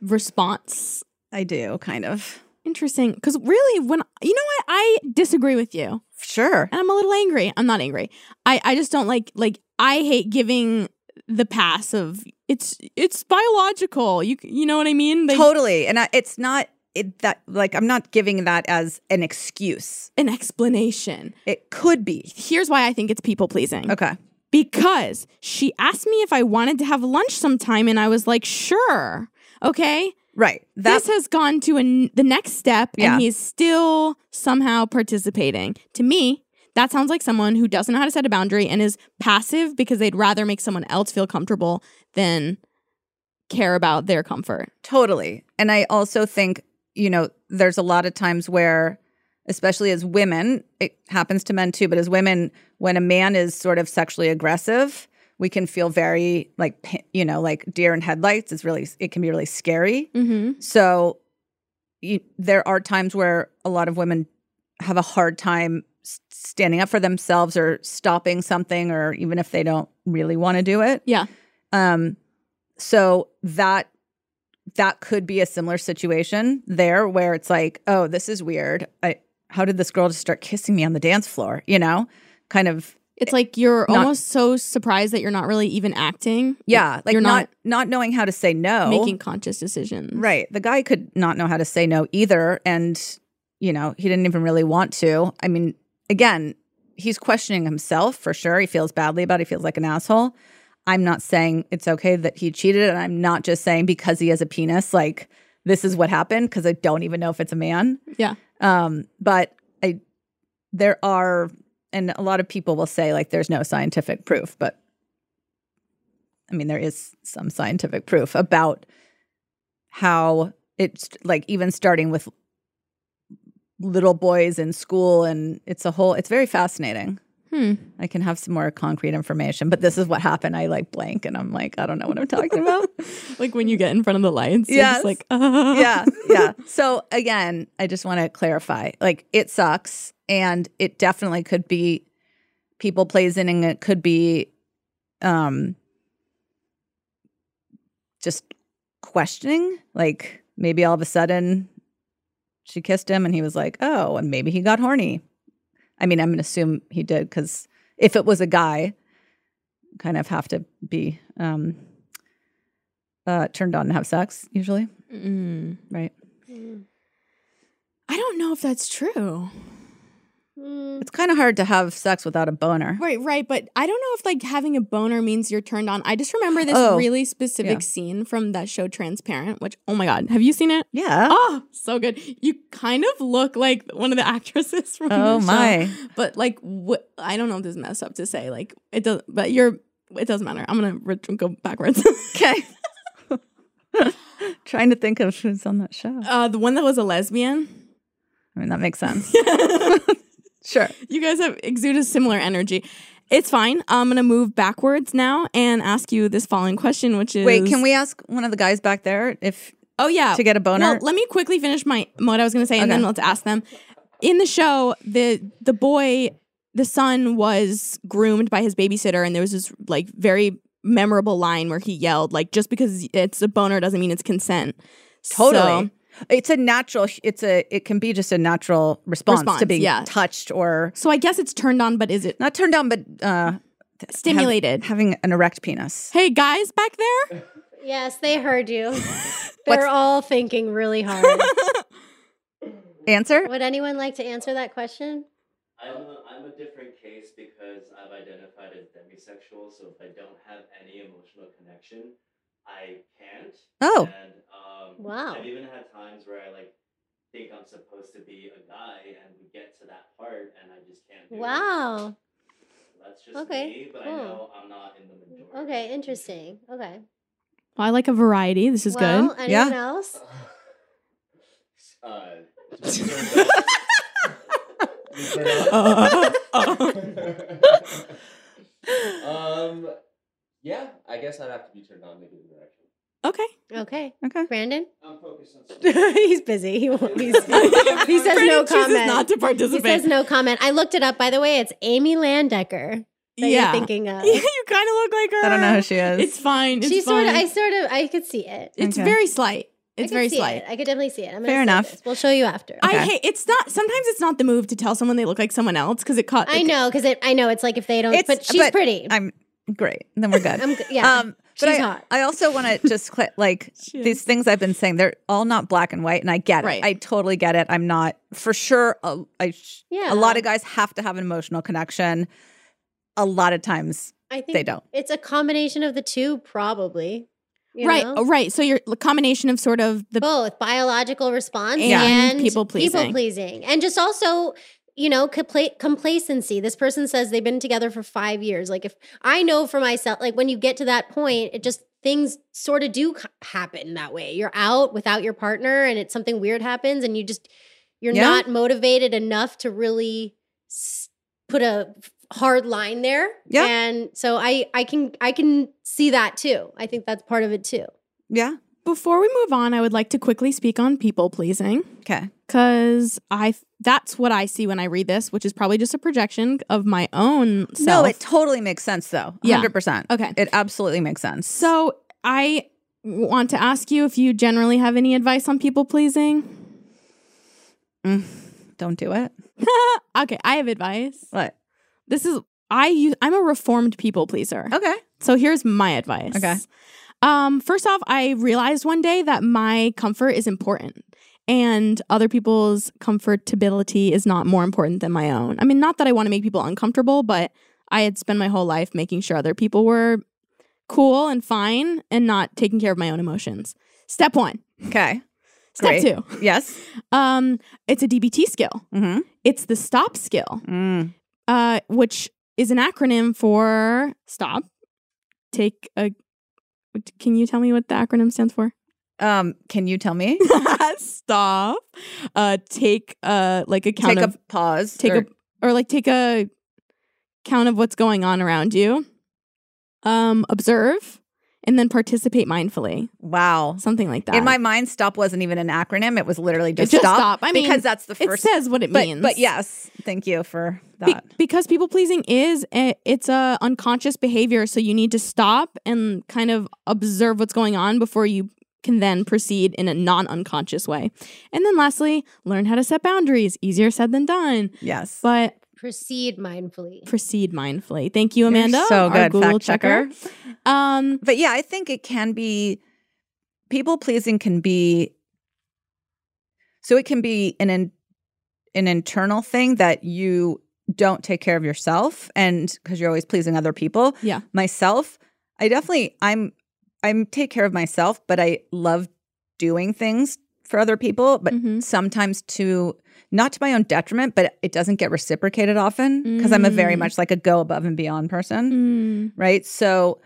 [SPEAKER 1] response?
[SPEAKER 2] I do kind of.
[SPEAKER 1] Interesting, because really, when you know what, I disagree with you.
[SPEAKER 2] Sure.
[SPEAKER 1] and I'm a little angry. I'm not angry. I I just don't like like I hate giving the pass of it's it's biological. You you know what I mean? They,
[SPEAKER 2] totally. And I, it's not it, that. Like, I'm not giving that as an excuse.
[SPEAKER 1] an explanation.
[SPEAKER 2] It could be.
[SPEAKER 1] Here's why I think it's people pleasing.
[SPEAKER 2] Okay.
[SPEAKER 1] Because she asked me if I wanted to have lunch sometime, and I was like, sure. Okay,
[SPEAKER 2] Right.
[SPEAKER 1] this has gone to an, the next step,
[SPEAKER 2] Yeah.
[SPEAKER 1] and he's still somehow participating. To me, that sounds like someone who doesn't know how to set a boundary and is passive because they'd rather make someone else feel comfortable than care about their comfort.
[SPEAKER 2] Totally. And I also think, you know, there's a lot of times where, especially as women, it happens to men too, but as women, when a man is sort of sexually aggressive, we can feel very like, pa- you know, like deer in headlights. It's really, it can be really scary.
[SPEAKER 1] Mm-hmm.
[SPEAKER 2] So you, there are times where a lot of women have a hard time s- standing up for themselves or stopping something, or even if they don't really want to do it.
[SPEAKER 1] Yeah.
[SPEAKER 2] Um, so that that could be a similar situation there where it's like, oh, this is weird. I how did this girl just start kissing me on the dance floor? You know, kind of
[SPEAKER 1] It's like you're
[SPEAKER 2] Not-
[SPEAKER 1] almost so surprised that you're not really even acting.
[SPEAKER 2] Yeah, like
[SPEAKER 1] You're
[SPEAKER 2] not,
[SPEAKER 1] not-
[SPEAKER 2] not knowing how to say no.
[SPEAKER 1] Making conscious decisions.
[SPEAKER 2] right. The guy could not know how to say no either, and you know he didn't even really want to. I mean, again, he's questioning himself for sure. He feels badly about. it. He feels like an asshole. I'm not saying it's okay that he cheated, and I'm not just saying because he has a penis, like this is what happened. Because I don't even know if it's a man.
[SPEAKER 1] Yeah.
[SPEAKER 2] Um, but I, there are, and a lot of people will say like there's no scientific proof, but I mean there is some scientific proof about how it's like even starting with little boys in school, and it's a whole. It's very fascinating.
[SPEAKER 1] Hmm.
[SPEAKER 2] I can have some more concrete information, but this is what happened. I like blank, and I'm like, I don't know what I'm talking about.
[SPEAKER 1] Like when you get in front of the lights. Yeah.
[SPEAKER 2] Yes.
[SPEAKER 1] It's like, ah.
[SPEAKER 2] yeah, yeah. So again, I just want to clarify. Like it sucks and it definitely could be people plays in and it could be um just questioning. Like maybe all of a sudden she kissed him and he was like, "Oh," and maybe he got horny. I mean, I'm going to assume he did cuz if it was a guy, kind of have to be um uh turned on to have sex usually,
[SPEAKER 1] Mm.
[SPEAKER 2] right?
[SPEAKER 5] Mm.
[SPEAKER 1] I don't know if that's true.
[SPEAKER 5] Mm.
[SPEAKER 2] It's kind of hard to have sex without a boner.
[SPEAKER 1] Right, right. But I don't know if like having a boner means you're turned on. I just remember this
[SPEAKER 2] Oh,
[SPEAKER 1] really specific
[SPEAKER 2] yeah.
[SPEAKER 1] scene from that show Transparent, which, oh my God, have you seen it?
[SPEAKER 2] Yeah.
[SPEAKER 1] Oh, so good. You kind of look like one of the actresses from the
[SPEAKER 2] Oh,
[SPEAKER 1] show.
[SPEAKER 2] my.
[SPEAKER 1] But like, wh- I don't know if this is messed up to say. Like, it does, but you're, it doesn't matter. I'm going to re- go backwards.
[SPEAKER 2] Okay. Trying to think of who's on that show.
[SPEAKER 1] uh, the one that was a lesbian.
[SPEAKER 2] I mean, that makes sense.
[SPEAKER 1] you
[SPEAKER 2] Sure.
[SPEAKER 1] guys have exude a similar energy. It's fine. I'm going to move backwards now and ask you this following question, which is
[SPEAKER 2] Wait, can we ask one of the guys back there if
[SPEAKER 1] Oh, yeah.
[SPEAKER 2] to get a boner?
[SPEAKER 1] Well, let me quickly finish my what I was going to say, and
[SPEAKER 2] Okay.
[SPEAKER 1] then let's ask them. In the show, the the boy, the son, was groomed by his babysitter, and there was this like very memorable line where he yelled, like, "Just because it's a boner doesn't mean it's consent."
[SPEAKER 2] totally.
[SPEAKER 1] So,
[SPEAKER 2] it's a natural. It's a. It can be just a natural response, to
[SPEAKER 1] Response,
[SPEAKER 2] being
[SPEAKER 1] yeah.
[SPEAKER 2] touched or
[SPEAKER 1] so I guess it's turned on, but is it
[SPEAKER 2] not turned on, but uh,
[SPEAKER 1] stimulated?
[SPEAKER 2] having an erect penis.
[SPEAKER 1] hey guys, back there.
[SPEAKER 5] Yes, they heard you.
[SPEAKER 2] What's-
[SPEAKER 5] They're all thinking really hard.
[SPEAKER 2] Answer.
[SPEAKER 5] Would anyone like to answer that question?
[SPEAKER 6] I'm a, I'm a different case because I've identified as demisexual, so if I don't have any emotional connection, I can't.
[SPEAKER 2] Oh.
[SPEAKER 6] And um,
[SPEAKER 5] Wow.
[SPEAKER 6] I've even had times where I like think I'm supposed to be a guy, and we get to that part, and I just can't. Do it.
[SPEAKER 5] Wow.
[SPEAKER 6] That's just
[SPEAKER 5] Okay,
[SPEAKER 6] me, but
[SPEAKER 5] cool.
[SPEAKER 6] I know I'm not in the majority.
[SPEAKER 5] Okay, interesting. Okay.
[SPEAKER 1] I like a variety. This is
[SPEAKER 5] well,
[SPEAKER 1] good.
[SPEAKER 5] anyone else?
[SPEAKER 6] Uh,
[SPEAKER 1] Uh, uh,
[SPEAKER 6] um, yeah, I guess I'd have to be turned on maybe the direction.
[SPEAKER 1] okay.
[SPEAKER 5] Okay.
[SPEAKER 2] Okay.
[SPEAKER 5] Brandon?
[SPEAKER 6] I'm focused on.
[SPEAKER 5] he's busy. He, won't- he's, he says
[SPEAKER 1] Brandon
[SPEAKER 5] no
[SPEAKER 1] chooses
[SPEAKER 5] comment.
[SPEAKER 1] Not to
[SPEAKER 5] he
[SPEAKER 1] participate.
[SPEAKER 5] says no comment. I looked it up, by the way. It's Amy Landecker that
[SPEAKER 1] yeah.
[SPEAKER 5] you're thinking of.
[SPEAKER 1] Yeah, you kind of look like her.
[SPEAKER 2] I don't know who she is.
[SPEAKER 1] It's fine. It's
[SPEAKER 5] She sort of,
[SPEAKER 1] fine.
[SPEAKER 5] I sort of, I could see it.
[SPEAKER 1] It's
[SPEAKER 2] Okay.
[SPEAKER 1] very slight.
[SPEAKER 5] I
[SPEAKER 1] It's
[SPEAKER 5] could
[SPEAKER 1] very
[SPEAKER 5] see
[SPEAKER 1] slight.
[SPEAKER 5] It. I could definitely see it. I'm gonna
[SPEAKER 2] Fair
[SPEAKER 5] save
[SPEAKER 2] enough.
[SPEAKER 5] this. We'll show you after.
[SPEAKER 1] I
[SPEAKER 5] I,
[SPEAKER 2] Okay.
[SPEAKER 1] hate it's not sometimes it's not the move to tell someone they look like someone else because it caught
[SPEAKER 5] know because I know it's like if they don't,
[SPEAKER 2] It's-
[SPEAKER 5] but she's
[SPEAKER 2] but
[SPEAKER 5] pretty.
[SPEAKER 2] I'm great. Then we're good.
[SPEAKER 5] I'm g- yeah.
[SPEAKER 2] Um, but
[SPEAKER 5] She's
[SPEAKER 2] I,
[SPEAKER 5] hot.
[SPEAKER 2] I also want to just cl- like
[SPEAKER 1] She
[SPEAKER 2] these
[SPEAKER 1] is.
[SPEAKER 2] things I've been saying. They're all not black and white, and I get
[SPEAKER 1] Right.
[SPEAKER 2] it. I totally get it. I'm not for sure. A, I sh-
[SPEAKER 5] Yeah.
[SPEAKER 2] a lot of guys have to have an emotional connection. A lot of times
[SPEAKER 5] I think
[SPEAKER 2] they don't.
[SPEAKER 5] It's a combination of the two, probably. you
[SPEAKER 1] right
[SPEAKER 5] know?
[SPEAKER 1] oh, right so your the combination of sort of the
[SPEAKER 5] both biological response
[SPEAKER 1] Yeah.
[SPEAKER 5] and,
[SPEAKER 1] And people-pleasing.
[SPEAKER 5] people pleasing, and just also. You know, compla- complacency. This person says they've been together for five years. Like, if I know for myself, like when you get to that point, it just things sort of do c- happen that way. You're out without your partner, and it's something weird happens, and you just you're
[SPEAKER 2] Yeah.
[SPEAKER 5] not motivated enough to really s- put a f- hard line there.
[SPEAKER 2] Yeah.
[SPEAKER 5] and so I I can I can see that too. I think that's part of it too.
[SPEAKER 2] Yeah.
[SPEAKER 1] before we move on I would like to quickly speak on people pleasing
[SPEAKER 2] Okay.
[SPEAKER 1] because I that's what I see when I read this which is probably just a projection of my own self
[SPEAKER 2] No, it totally makes sense though.
[SPEAKER 1] Yeah.
[SPEAKER 2] Hundred percent.
[SPEAKER 1] okay
[SPEAKER 2] It absolutely makes sense.
[SPEAKER 1] so I want to ask you if you generally have any advice on people pleasing
[SPEAKER 2] Mm, don't do it.
[SPEAKER 1] Uh, okay I have advice
[SPEAKER 2] What?
[SPEAKER 1] this is I u- I'm a reformed people pleaser.
[SPEAKER 2] Okay.
[SPEAKER 1] So here's my advice.
[SPEAKER 2] Okay.
[SPEAKER 1] Um, first off, I realized one day that my comfort is important and other people's comfortability is not more important than my own. I mean, not that I want to make people uncomfortable, but I had spent my whole life making sure other people were cool and fine and not taking care of my own emotions. Step one.
[SPEAKER 2] Okay.
[SPEAKER 1] Step
[SPEAKER 2] Great.
[SPEAKER 1] two.
[SPEAKER 2] Yes.
[SPEAKER 1] Um, it's a DBT skill.
[SPEAKER 2] Mm-hmm.
[SPEAKER 1] It's the stop skill
[SPEAKER 2] Mm.
[SPEAKER 1] uh, which is an acronym for stop. Take a. Can you tell me what the acronym stands for?
[SPEAKER 2] Um, can you tell me?
[SPEAKER 1] stop. Uh, take uh like a count
[SPEAKER 2] take
[SPEAKER 1] of
[SPEAKER 2] a pause.
[SPEAKER 1] take
[SPEAKER 2] or-
[SPEAKER 1] a or like take a count of what's going on around you. Um, observe and then participate mindfully,
[SPEAKER 2] wow.
[SPEAKER 1] something like that.
[SPEAKER 2] In my mind, stop wasn't even an acronym. It was literally
[SPEAKER 1] It
[SPEAKER 2] just, stop.
[SPEAKER 1] I mean,
[SPEAKER 2] because that's the
[SPEAKER 1] it
[SPEAKER 2] first.
[SPEAKER 1] says what it
[SPEAKER 2] but,
[SPEAKER 1] means.
[SPEAKER 2] but yes, thank you for
[SPEAKER 1] Be-
[SPEAKER 2] that.
[SPEAKER 1] because people pleasing is a- it's a unconscious behavior, so you need to stop and kind of observe what's going on before you can then proceed in a non-unconscious way. And then lastly, learn how to set boundaries. Easier said than done,
[SPEAKER 2] yes.
[SPEAKER 1] but
[SPEAKER 5] Proceed mindfully.
[SPEAKER 1] proceed mindfully. Thank you,
[SPEAKER 2] You're
[SPEAKER 1] Amanda.
[SPEAKER 2] so
[SPEAKER 1] our
[SPEAKER 2] good,
[SPEAKER 1] Google
[SPEAKER 2] fact checker.
[SPEAKER 1] checker. Um,
[SPEAKER 2] But yeah, I think it can be people pleasing can be so it can be an in, an internal thing that you don't take care of yourself and because you're always pleasing other people.
[SPEAKER 1] Yeah.
[SPEAKER 2] Myself, I definitely I'm I'm take care of myself, but I love doing things for other people, but
[SPEAKER 1] mhm.
[SPEAKER 2] sometimes to not to my own detriment, but it doesn't get reciprocated often because I'm a very
[SPEAKER 1] Mm.
[SPEAKER 2] much like a go above and beyond person
[SPEAKER 1] Mm.
[SPEAKER 2] right? So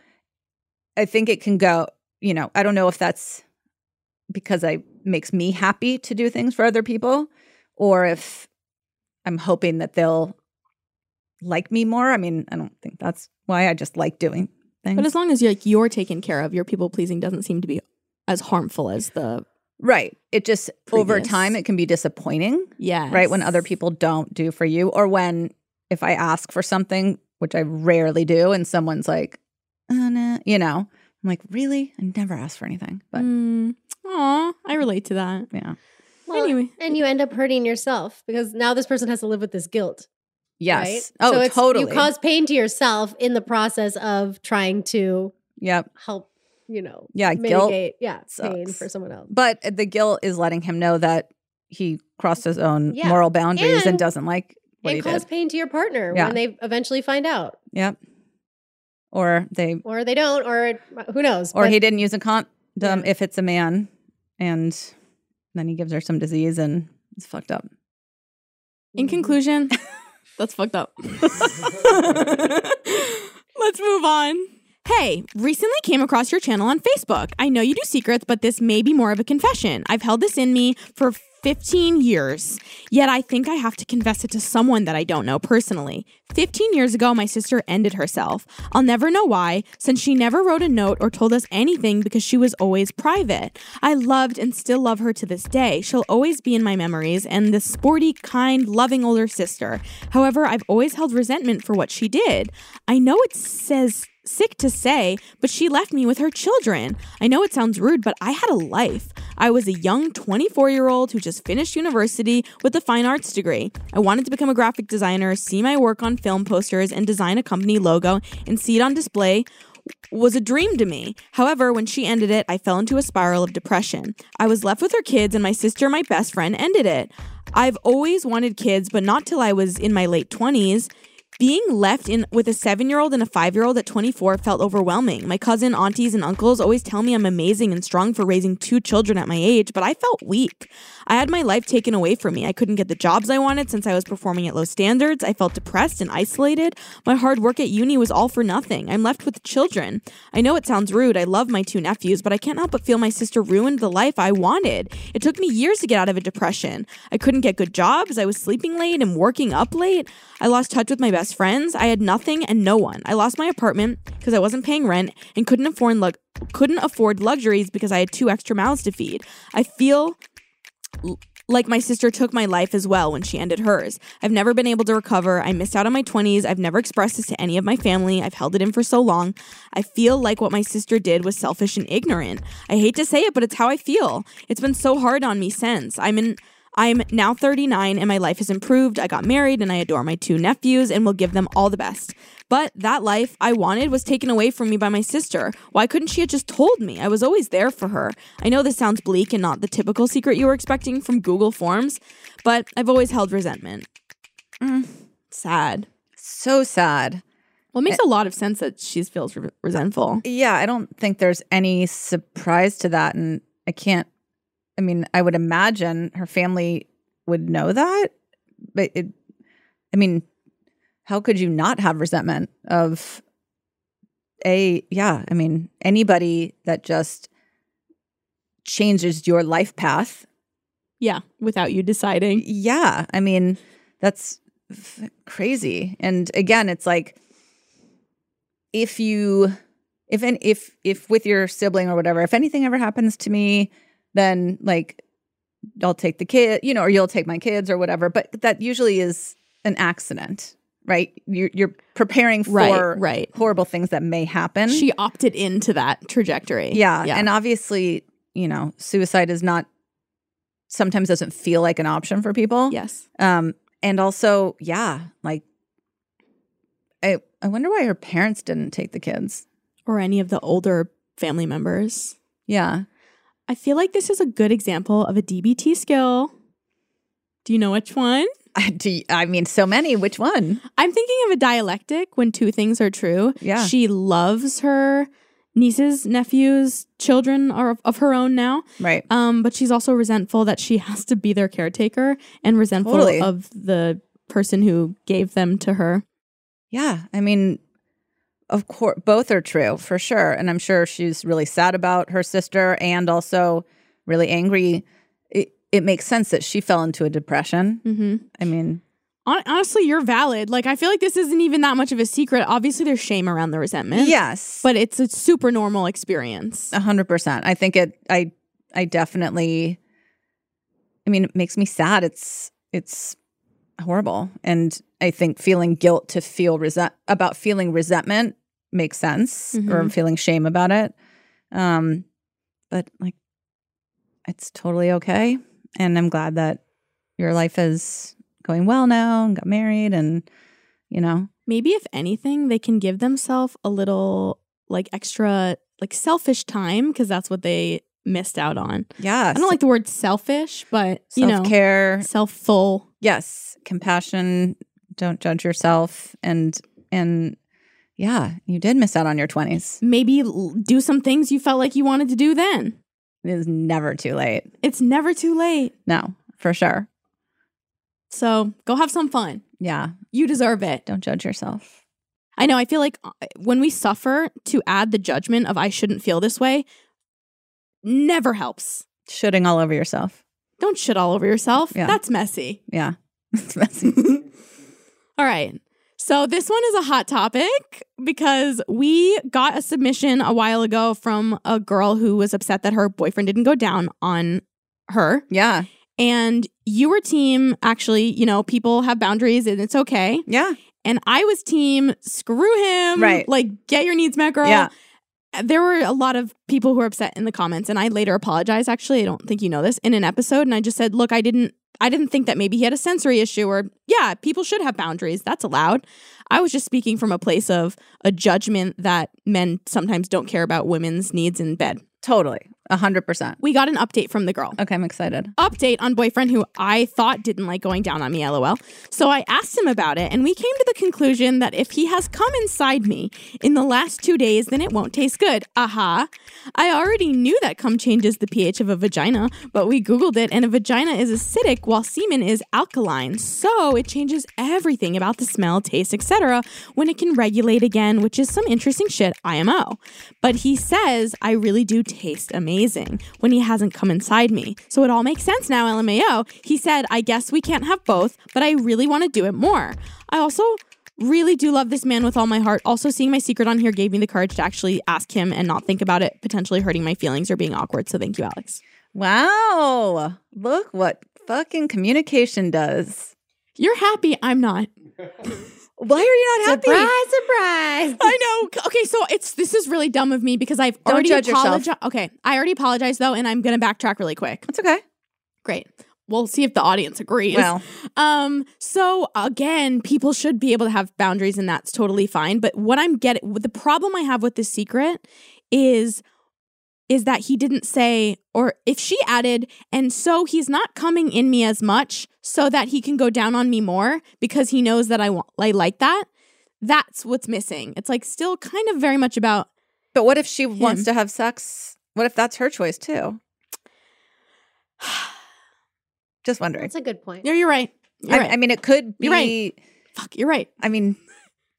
[SPEAKER 2] I think it can go, you know, I don't know if that's because I makes me happy to do things for other people or if I'm hoping that they'll like me more. I mean, I don't think that's why I just like doing things.
[SPEAKER 1] But as long as you're like you're taken care of, your people pleasing doesn't seem to be as harmful as the
[SPEAKER 2] right. It just over
[SPEAKER 1] Previous.
[SPEAKER 2] time it can be disappointing,
[SPEAKER 1] yeah
[SPEAKER 2] right? When other people don't do for you or when if I ask for something, which I rarely do and someone's like, "Oh no," you know. I'm like, "Really? I never ask for anything." But
[SPEAKER 1] Mm. Aw, I relate to that.
[SPEAKER 2] Yeah.
[SPEAKER 5] Well,
[SPEAKER 1] anyway,
[SPEAKER 5] and you end up hurting yourself because now this person has to live with this guilt.
[SPEAKER 2] Yes.
[SPEAKER 5] right?
[SPEAKER 2] Oh,
[SPEAKER 5] So it's-
[SPEAKER 2] totally.
[SPEAKER 5] You cause pain to yourself in the process of trying to
[SPEAKER 2] yep.
[SPEAKER 5] help, you know,
[SPEAKER 2] Yeah. Guilt.
[SPEAKER 5] mitigate, yeah, pain
[SPEAKER 2] sucks.
[SPEAKER 5] for someone else.
[SPEAKER 2] But the guilt is letting him know that he crossed his own
[SPEAKER 5] Yeah.
[SPEAKER 2] moral boundaries and,
[SPEAKER 5] And-
[SPEAKER 2] doesn't like what he
[SPEAKER 5] and cause
[SPEAKER 2] did.
[SPEAKER 5] pain to your partner
[SPEAKER 2] Yeah.
[SPEAKER 5] when they eventually find out,
[SPEAKER 2] Yep. Or they,
[SPEAKER 5] or they don't, or who knows?
[SPEAKER 2] or
[SPEAKER 5] But-
[SPEAKER 2] he didn't use a condom
[SPEAKER 5] Yeah.
[SPEAKER 2] if it's a man, and then he gives her some disease and it's fucked up.
[SPEAKER 1] In
[SPEAKER 5] Mhm.
[SPEAKER 1] conclusion, that's fucked up. Let's move on. Hey, recently came across your channel on Facebook. I know you do secrets, but this may be more of a confession. I've held this in me for 15 years, yet I think I have to confess it to someone that I don't know personally. 15 years ago, my sister ended herself. I'll never know why, since she never wrote a note or told us anything because she was always private. I loved and still love her to this day. She'll always be in my memories and this sporty, kind, loving older sister. However, I've always held resentment for what she did. I know it says sick to say, but she left me with her children. I know it sounds rude, but I had a life. I was a young 24 year old who just finished university with a fine arts degree. I wanted to become a graphic designer, see my work on film posters, and design a company logo and see it on display was a dream to me. However, when she ended it, I fell into a spiral of depression. I was left with her kids, and my sister, my best friend, ended it. I've always wanted kids, but not till I was in my late 20s. Being left in with a seven year old and a five year old at 24 felt overwhelming. My cousin, aunties, and uncles always tell me I'm amazing and strong for raising two children at my age, but I felt weak. I had my life taken away from me. I couldn't get the jobs I wanted since I was performing at low standards. I felt depressed and isolated. My hard work at uni was all for nothing. I'm left with children. I know it sounds rude. I love my two nephews, but I can't help but feel my sister ruined the life I wanted. It took me years to get out of a depression. I couldn't get good jobs. I was sleeping late and working up late. I lost touch with my best friends. I had nothing and no one. I lost my apartment because I wasn't paying rent and couldn't afford lug- couldn't afford luxuries because I had two extra mouths to feed. I feel like my sister took my life as well when she ended hers. I've never been able to recover. I missed out on my 20s. I've never expressed this to any of my family. I've held it in for so long. I feel like what my sister did was selfish and ignorant. I hate to say it, but it's how I feel. It's been so hard on me since. I'm in I'm now 39 and my life has improved. I got married and I adore my two nephews and will give them all the best. But that life I wanted was taken away from me by my sister. Why couldn't she have just told me? I was always there for her. I know this sounds bleak and not the typical secret you were expecting from Google Forms, but I've always held resentment.
[SPEAKER 2] Mm.
[SPEAKER 1] Sad.
[SPEAKER 2] So sad.
[SPEAKER 1] Well, it makes a lot of sense that she feels re- resentful.
[SPEAKER 2] Yeah, I don't think there's any surprise to that. And I can't, I mean, I would imagine her family would know that. But it, I mean, how could you not have resentment of a, yeah, I mean, anybody that just changes your life path?
[SPEAKER 1] Yeah, without you deciding.
[SPEAKER 2] Yeah, I mean, that's f- crazy. And again, it's like, if you if and if if with your sibling or whatever if anything ever happens to me then like i'll take the kid you know or you'll take my kids or whatever but that usually is an accident right you're, you're preparing for
[SPEAKER 1] Right, right.
[SPEAKER 2] horrible things that may happen
[SPEAKER 1] She opted into that trajectory.
[SPEAKER 2] yeah, and obviously you know suicide is not sometimes doesn't feel like an option for people
[SPEAKER 1] yes.
[SPEAKER 2] um, and also, yeah, like I I wonder why her parents didn't take the kids.
[SPEAKER 1] Or any of the older family members.
[SPEAKER 2] Yeah.
[SPEAKER 1] I feel like this is a good example of a DBT skill. Do you know which one?
[SPEAKER 2] I, do you- I mean so many? Which one?
[SPEAKER 1] I'm thinking of a dialectic when two things are true.
[SPEAKER 2] Yeah.
[SPEAKER 1] She loves her nieces, nephews, children are of- of her own now.
[SPEAKER 2] Right.
[SPEAKER 1] Um, but she's also resentful that she has to be their caretaker and resentful
[SPEAKER 2] Totally.
[SPEAKER 1] of the person who gave them to her.
[SPEAKER 2] Yeah. I mean, of course, both are true for sure, and I'm sure she's really sad about her sister and also really angry. It, it makes sense that she fell into a depression.
[SPEAKER 1] Mm-hmm.
[SPEAKER 2] I mean,
[SPEAKER 1] Hon- honestly, you're valid. Like, I feel like this isn't even that much of a secret. Obviously, there's shame around the resentment.
[SPEAKER 2] yes,
[SPEAKER 1] But it's a super normal experience.
[SPEAKER 2] A hundred percent. I think it. I. I definitely. I mean, it makes me sad. It's. It's horrible, and I think feeling guilt to feel resent about feeling resentment makes sense, or
[SPEAKER 1] Mhm.
[SPEAKER 2] feeling shame about it. Um, but like, it's totally okay, and I'm glad that your life is going well now, and got married, and you know,
[SPEAKER 1] Maybe, if anything, they can give themselves a little, like, extra, like, selfish time because that's what they missed out on.
[SPEAKER 2] yeah.
[SPEAKER 1] I don't like the word selfish, but, you
[SPEAKER 2] self
[SPEAKER 1] know,
[SPEAKER 2] care.
[SPEAKER 1] self full.
[SPEAKER 2] yes compassion don't judge yourself and and yeah you did miss out on your 20s
[SPEAKER 1] Maybe l- do some things you felt like you wanted to do then.
[SPEAKER 2] it is never too late
[SPEAKER 1] It's never too late.
[SPEAKER 2] no for sure
[SPEAKER 1] So go have some fun.
[SPEAKER 2] yeah
[SPEAKER 1] You deserve it.
[SPEAKER 2] don't judge yourself
[SPEAKER 1] I know. I feel like uh, when we suffer, to add the judgment of I shouldn't feel this way never helps.
[SPEAKER 2] shitting all over yourself
[SPEAKER 1] Don't shit all over yourself.
[SPEAKER 2] Yeah.
[SPEAKER 1] That's messy.
[SPEAKER 2] yeah it's messy
[SPEAKER 1] All right. So this one is a hot topic because we got a submission a while ago from a girl who was upset that her boyfriend didn't go down on her.
[SPEAKER 2] yeah
[SPEAKER 1] And you were team, actually, you know, people have boundaries and it's okay.
[SPEAKER 2] yeah
[SPEAKER 1] And I was team, screw him.
[SPEAKER 2] Right.
[SPEAKER 1] Like, get your needs met, girl.
[SPEAKER 2] yeah
[SPEAKER 1] there were a lot of people who were upset in the comments and i later apologized actually i don't think you know this in an episode and i just said look i didn't i didn't think that maybe he had a sensory issue or yeah people should have boundaries that's allowed i was just speaking from a place of a judgment that men sometimes don't care about women's needs in bed
[SPEAKER 2] totally a 100%
[SPEAKER 1] we got an update from the girl
[SPEAKER 2] okay i'm excited
[SPEAKER 1] update on boyfriend who I thought didn't like going down on me, lol. So I asked him about it, and we came to the conclusion that if he has come inside me in the last two days, then it won't taste good. Aha. I already knew that cum changes the pH of a vagina, but we Googled it, and a vagina is acidic while semen is alkaline. So it changes everything about the smell, taste, etc., when it can regulate again, which is some interesting shit, IMO. But he says, I really do taste amazing when he hasn't come inside me. So it all makes sense now, LMAO. He said, I guess we can't have both, but I really want to do it more. I also really do love this man with all my heart. Also, seeing my secret on here gave me the courage to actually ask him and not think about it potentially hurting my feelings or being awkward. So thank you, Alex.
[SPEAKER 2] wow look what fucking communication does
[SPEAKER 1] You're happy. I'm not.
[SPEAKER 2] why are you not happy
[SPEAKER 5] Surprise, surprise.
[SPEAKER 1] I know. Okay, so it's this is really dumb of me because I've
[SPEAKER 2] Don't
[SPEAKER 1] already
[SPEAKER 2] judge yourself.
[SPEAKER 1] apologized. Okay, I already apologized though, and I'm gonna backtrack really quick.
[SPEAKER 2] it's okay
[SPEAKER 1] Great. we'll see if the audience agrees.
[SPEAKER 2] Well,
[SPEAKER 1] Um, so again, people should be able to have boundaries and that's totally fine. But what I'm getting the problem I have with this secret is is that he didn't say or if she added and so he's not coming in me as much so that he can go down on me more because he knows that I want I like that. That's what's missing. It's like still kind of very much about
[SPEAKER 2] but what if she
[SPEAKER 1] Hmm.
[SPEAKER 2] wants to have sex? What if that's her choice too? Just wondering.
[SPEAKER 5] That's a good point.
[SPEAKER 1] No, you're right. You're
[SPEAKER 2] I,
[SPEAKER 1] right.
[SPEAKER 2] I mean, it could be.
[SPEAKER 1] You're right. Fuck, you're right.
[SPEAKER 2] I mean,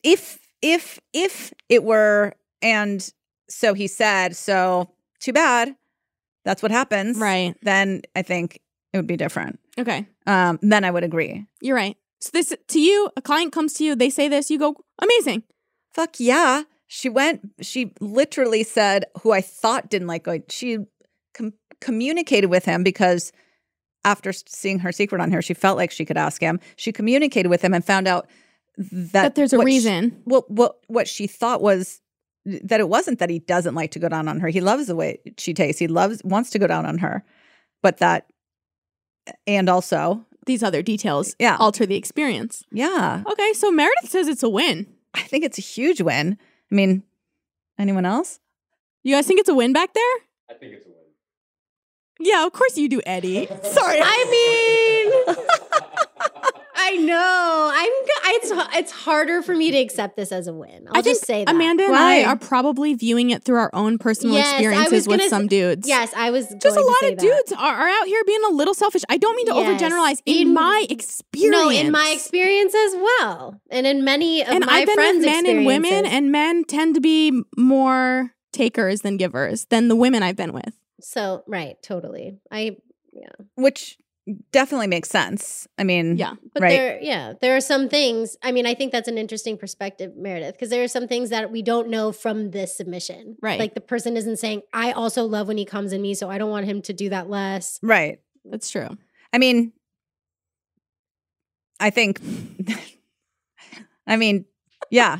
[SPEAKER 2] if if if it were, and so he said, so too bad. That's what happens.
[SPEAKER 1] Right.
[SPEAKER 2] Then I think it would be different.
[SPEAKER 1] Okay.
[SPEAKER 2] Um, then I would agree.
[SPEAKER 1] You're right. So this to you, a client comes to you, they say this, you go, amazing.
[SPEAKER 2] Fuck yeah. She went, she literally said, who I thought didn't like going. She com- communicated with him because after s- seeing her secret on her, she felt like she could ask him. She communicated with him and found out that,
[SPEAKER 5] Uh,
[SPEAKER 1] That there's a
[SPEAKER 2] what she-
[SPEAKER 1] reason.
[SPEAKER 2] what, what, what she thought was that it wasn't that he doesn't like to go down on her. He loves the way she tastes. He loves, wants to go down on her, but that, and also,
[SPEAKER 1] these other details
[SPEAKER 2] Yeah.
[SPEAKER 1] alter the experience.
[SPEAKER 2] yeah,
[SPEAKER 1] Okay, so Meredith says it's a win.
[SPEAKER 2] I think it's a huge win. I mean, anyone else?
[SPEAKER 1] You guys think it's a win back there?
[SPEAKER 6] I think it's a win.
[SPEAKER 1] Yeah, of course you do, Eddie. Sorry.
[SPEAKER 5] I mean, I know. I'm. g- It's h- it's harder for me to accept this as a win. I'll
[SPEAKER 1] I think
[SPEAKER 5] just say that.
[SPEAKER 1] Amanda and
[SPEAKER 2] Why?
[SPEAKER 1] I are probably viewing it through our own personal
[SPEAKER 5] Yes, I was
[SPEAKER 1] experiences with
[SPEAKER 5] gonna s-
[SPEAKER 1] some dudes.
[SPEAKER 5] Yes, I was
[SPEAKER 1] Just a
[SPEAKER 5] going to
[SPEAKER 1] lot
[SPEAKER 5] say
[SPEAKER 1] of
[SPEAKER 5] that.
[SPEAKER 1] dudes are, are out here being a little selfish. I don't mean to
[SPEAKER 5] Yes.
[SPEAKER 1] overgeneralize. In,
[SPEAKER 5] In-
[SPEAKER 1] my experience,
[SPEAKER 5] No, in my experience as well, and in many of
[SPEAKER 1] and
[SPEAKER 5] my
[SPEAKER 1] I've been
[SPEAKER 5] friends'
[SPEAKER 1] with men and women,
[SPEAKER 5] experiences.
[SPEAKER 1] and men tend to be more takers than givers than the women I've been with.
[SPEAKER 5] so right, totally. I
[SPEAKER 2] which definitely makes sense. I mean,
[SPEAKER 1] Yeah,
[SPEAKER 5] But
[SPEAKER 2] right?
[SPEAKER 5] there, yeah, there are some things. I mean, I think that's an interesting perspective, Meredith, because there are some things that we don't know from this submission.
[SPEAKER 1] Right.
[SPEAKER 5] Like the person isn't saying, I also love when he comes in me, so I don't want him to do that less.
[SPEAKER 2] right.
[SPEAKER 1] That's true.
[SPEAKER 2] I mean, I think, I mean, yeah.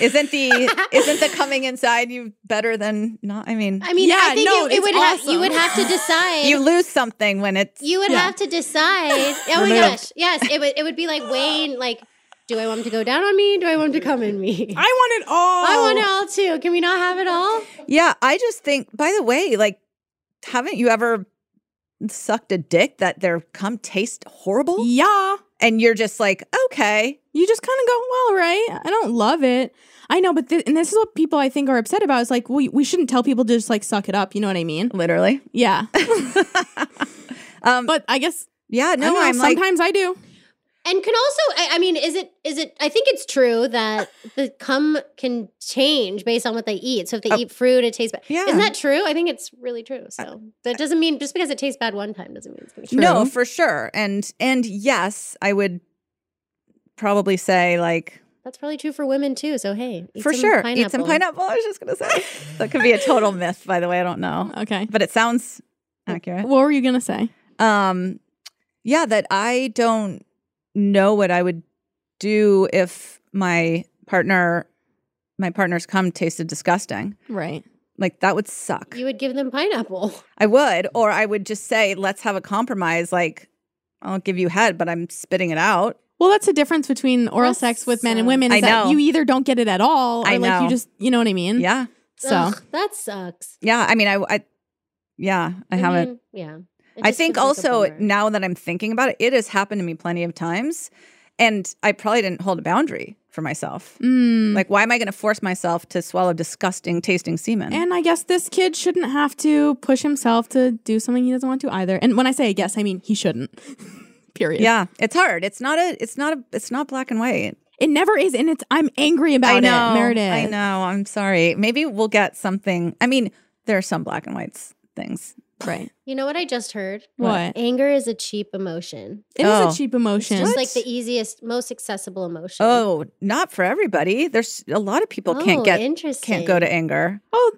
[SPEAKER 2] Isn't the isn't the coming inside you better than not? I mean,
[SPEAKER 5] I mean,
[SPEAKER 1] Yeah,
[SPEAKER 5] I think
[SPEAKER 1] no,
[SPEAKER 5] it, it
[SPEAKER 1] it's
[SPEAKER 5] would have you
[SPEAKER 1] awesome.
[SPEAKER 5] would have to decide.
[SPEAKER 2] you lose something when it's
[SPEAKER 5] You would
[SPEAKER 1] Yeah.
[SPEAKER 5] have to decide. Oh my
[SPEAKER 2] Removed.
[SPEAKER 5] gosh. Yes. It would it would be like Wayne, like, do I want him to go down on me? Do I want him to come in me?
[SPEAKER 1] I want it all.
[SPEAKER 5] I
[SPEAKER 2] Oh.
[SPEAKER 5] want it all too. Can we not have it all?
[SPEAKER 2] yeah. I just think. By the way, like, haven't you ever sucked a dick that their cum taste horrible,
[SPEAKER 1] Yeah.
[SPEAKER 2] and you're just like, okay,
[SPEAKER 1] you just kind of go, well, right? I don't love it. I know, but th- and this is what people I think are upset about. Is like we we shouldn't tell people to just like suck it up. You know what I mean?
[SPEAKER 2] literally.
[SPEAKER 1] Yeah.
[SPEAKER 2] um,
[SPEAKER 1] But I guess
[SPEAKER 2] yeah,
[SPEAKER 1] no.
[SPEAKER 2] no, I'm like,
[SPEAKER 1] sometimes I do.
[SPEAKER 5] And can also I, I mean, is it is it I think it's true that the cum can change based on what they eat. So if they
[SPEAKER 2] Oh.
[SPEAKER 5] eat fruit, it tastes bad.
[SPEAKER 2] yeah, Uh,
[SPEAKER 5] Isn't that true? I think it's really true. So that doesn't mean just because it tastes bad one time doesn't mean it's gonna
[SPEAKER 2] No,
[SPEAKER 1] True.
[SPEAKER 2] for sure. And and yes, I would probably say like
[SPEAKER 5] That's probably true for women too. So hey, eat
[SPEAKER 2] for
[SPEAKER 5] some
[SPEAKER 2] sure eat some pineapple. I was just gonna say that could be a total myth. By the way, I don't know,
[SPEAKER 1] Okay.
[SPEAKER 2] but it sounds accurate.
[SPEAKER 1] What were you gonna say?
[SPEAKER 2] Um, yeah, that I don't know what I would do if my partner my partner's cum tasted disgusting.
[SPEAKER 1] Right.
[SPEAKER 2] Like that would suck.
[SPEAKER 5] You would give them pineapple.
[SPEAKER 2] I would, or I would just say, let's have a compromise. Like, I'll give you head, but I'm spitting it out.
[SPEAKER 1] Well, that's the difference between oral
[SPEAKER 5] That's,
[SPEAKER 1] sex with men
[SPEAKER 5] uh,
[SPEAKER 1] and women. Is
[SPEAKER 2] I
[SPEAKER 1] that
[SPEAKER 2] know.
[SPEAKER 1] you either don't get it at all, or
[SPEAKER 2] I
[SPEAKER 1] like you
[SPEAKER 2] know.
[SPEAKER 1] just, you know what I
[SPEAKER 5] Mm-hmm.
[SPEAKER 1] mean?
[SPEAKER 2] Yeah.
[SPEAKER 1] So
[SPEAKER 5] Ugh, that sucks.
[SPEAKER 2] Yeah, I mean, I, I yeah, I, haven't.
[SPEAKER 5] mean, yeah. It
[SPEAKER 2] I
[SPEAKER 5] just
[SPEAKER 2] think
[SPEAKER 5] feels like a
[SPEAKER 2] also
[SPEAKER 5] bummer.
[SPEAKER 2] now that I'm thinking about it, it has happened to me plenty of times, and I probably didn't hold a boundary for myself.
[SPEAKER 5] Mm-hmm.
[SPEAKER 1] mm.
[SPEAKER 2] Like, why am I going to force myself to swallow disgusting tasting semen?
[SPEAKER 1] And I guess this kid shouldn't have to push himself to do something he doesn't want to either. And when I say I guess, I mean he shouldn't. Period.
[SPEAKER 2] yeah, it's hard. It's not a. It's not a. It's not black and white.
[SPEAKER 1] It never is, and it's I'm angry about
[SPEAKER 2] I know,
[SPEAKER 1] it, Meredith.
[SPEAKER 2] I know. I'm sorry. Maybe we'll get something. I mean, there are some black and whites things.
[SPEAKER 1] Right.
[SPEAKER 5] You know what I just heard?
[SPEAKER 1] What?
[SPEAKER 5] Anger is a cheap emotion.
[SPEAKER 1] It is
[SPEAKER 2] Oh.
[SPEAKER 1] a cheap
[SPEAKER 5] It's
[SPEAKER 1] emotion.
[SPEAKER 2] What?
[SPEAKER 5] just like the easiest, most accessible emotion.
[SPEAKER 2] Oh, not for everybody. There's a lot of people
[SPEAKER 5] Oh,
[SPEAKER 2] can't get
[SPEAKER 5] interesting.
[SPEAKER 2] can't go to anger.
[SPEAKER 5] e-
[SPEAKER 1] oh,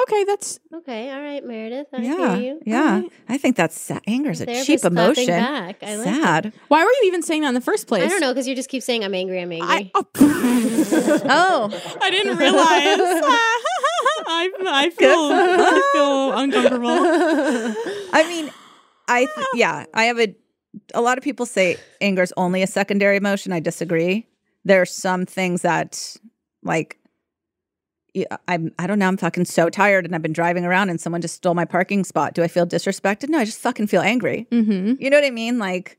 [SPEAKER 1] okay. That's
[SPEAKER 5] Okay, all right, Meredith. I
[SPEAKER 2] yeah,
[SPEAKER 5] hear you.
[SPEAKER 2] yeah.
[SPEAKER 1] Alright.
[SPEAKER 2] I think that's sad. anger is a
[SPEAKER 5] Therapist
[SPEAKER 2] cheap
[SPEAKER 5] clapping
[SPEAKER 2] emotion.
[SPEAKER 5] Back. I like it.
[SPEAKER 2] sad.
[SPEAKER 1] why were you even saying that in the first place?
[SPEAKER 5] I don't know because you just keep saying I'm angry. I'm
[SPEAKER 1] I,
[SPEAKER 5] angry.
[SPEAKER 1] oh,
[SPEAKER 2] Oh,
[SPEAKER 1] I didn't realize. I, I feel I feel uncomfortable.
[SPEAKER 2] I mean, I th- yeah, I have a a lot of people say anger is only a secondary emotion. I disagree. There are some things that like y- I'm I don't know, I'm fucking so tired and I've been driving around and someone just stole my parking spot. Do I feel disrespected? No, I just fucking feel angry.
[SPEAKER 1] Mm-hmm.
[SPEAKER 2] You know what I mean? Like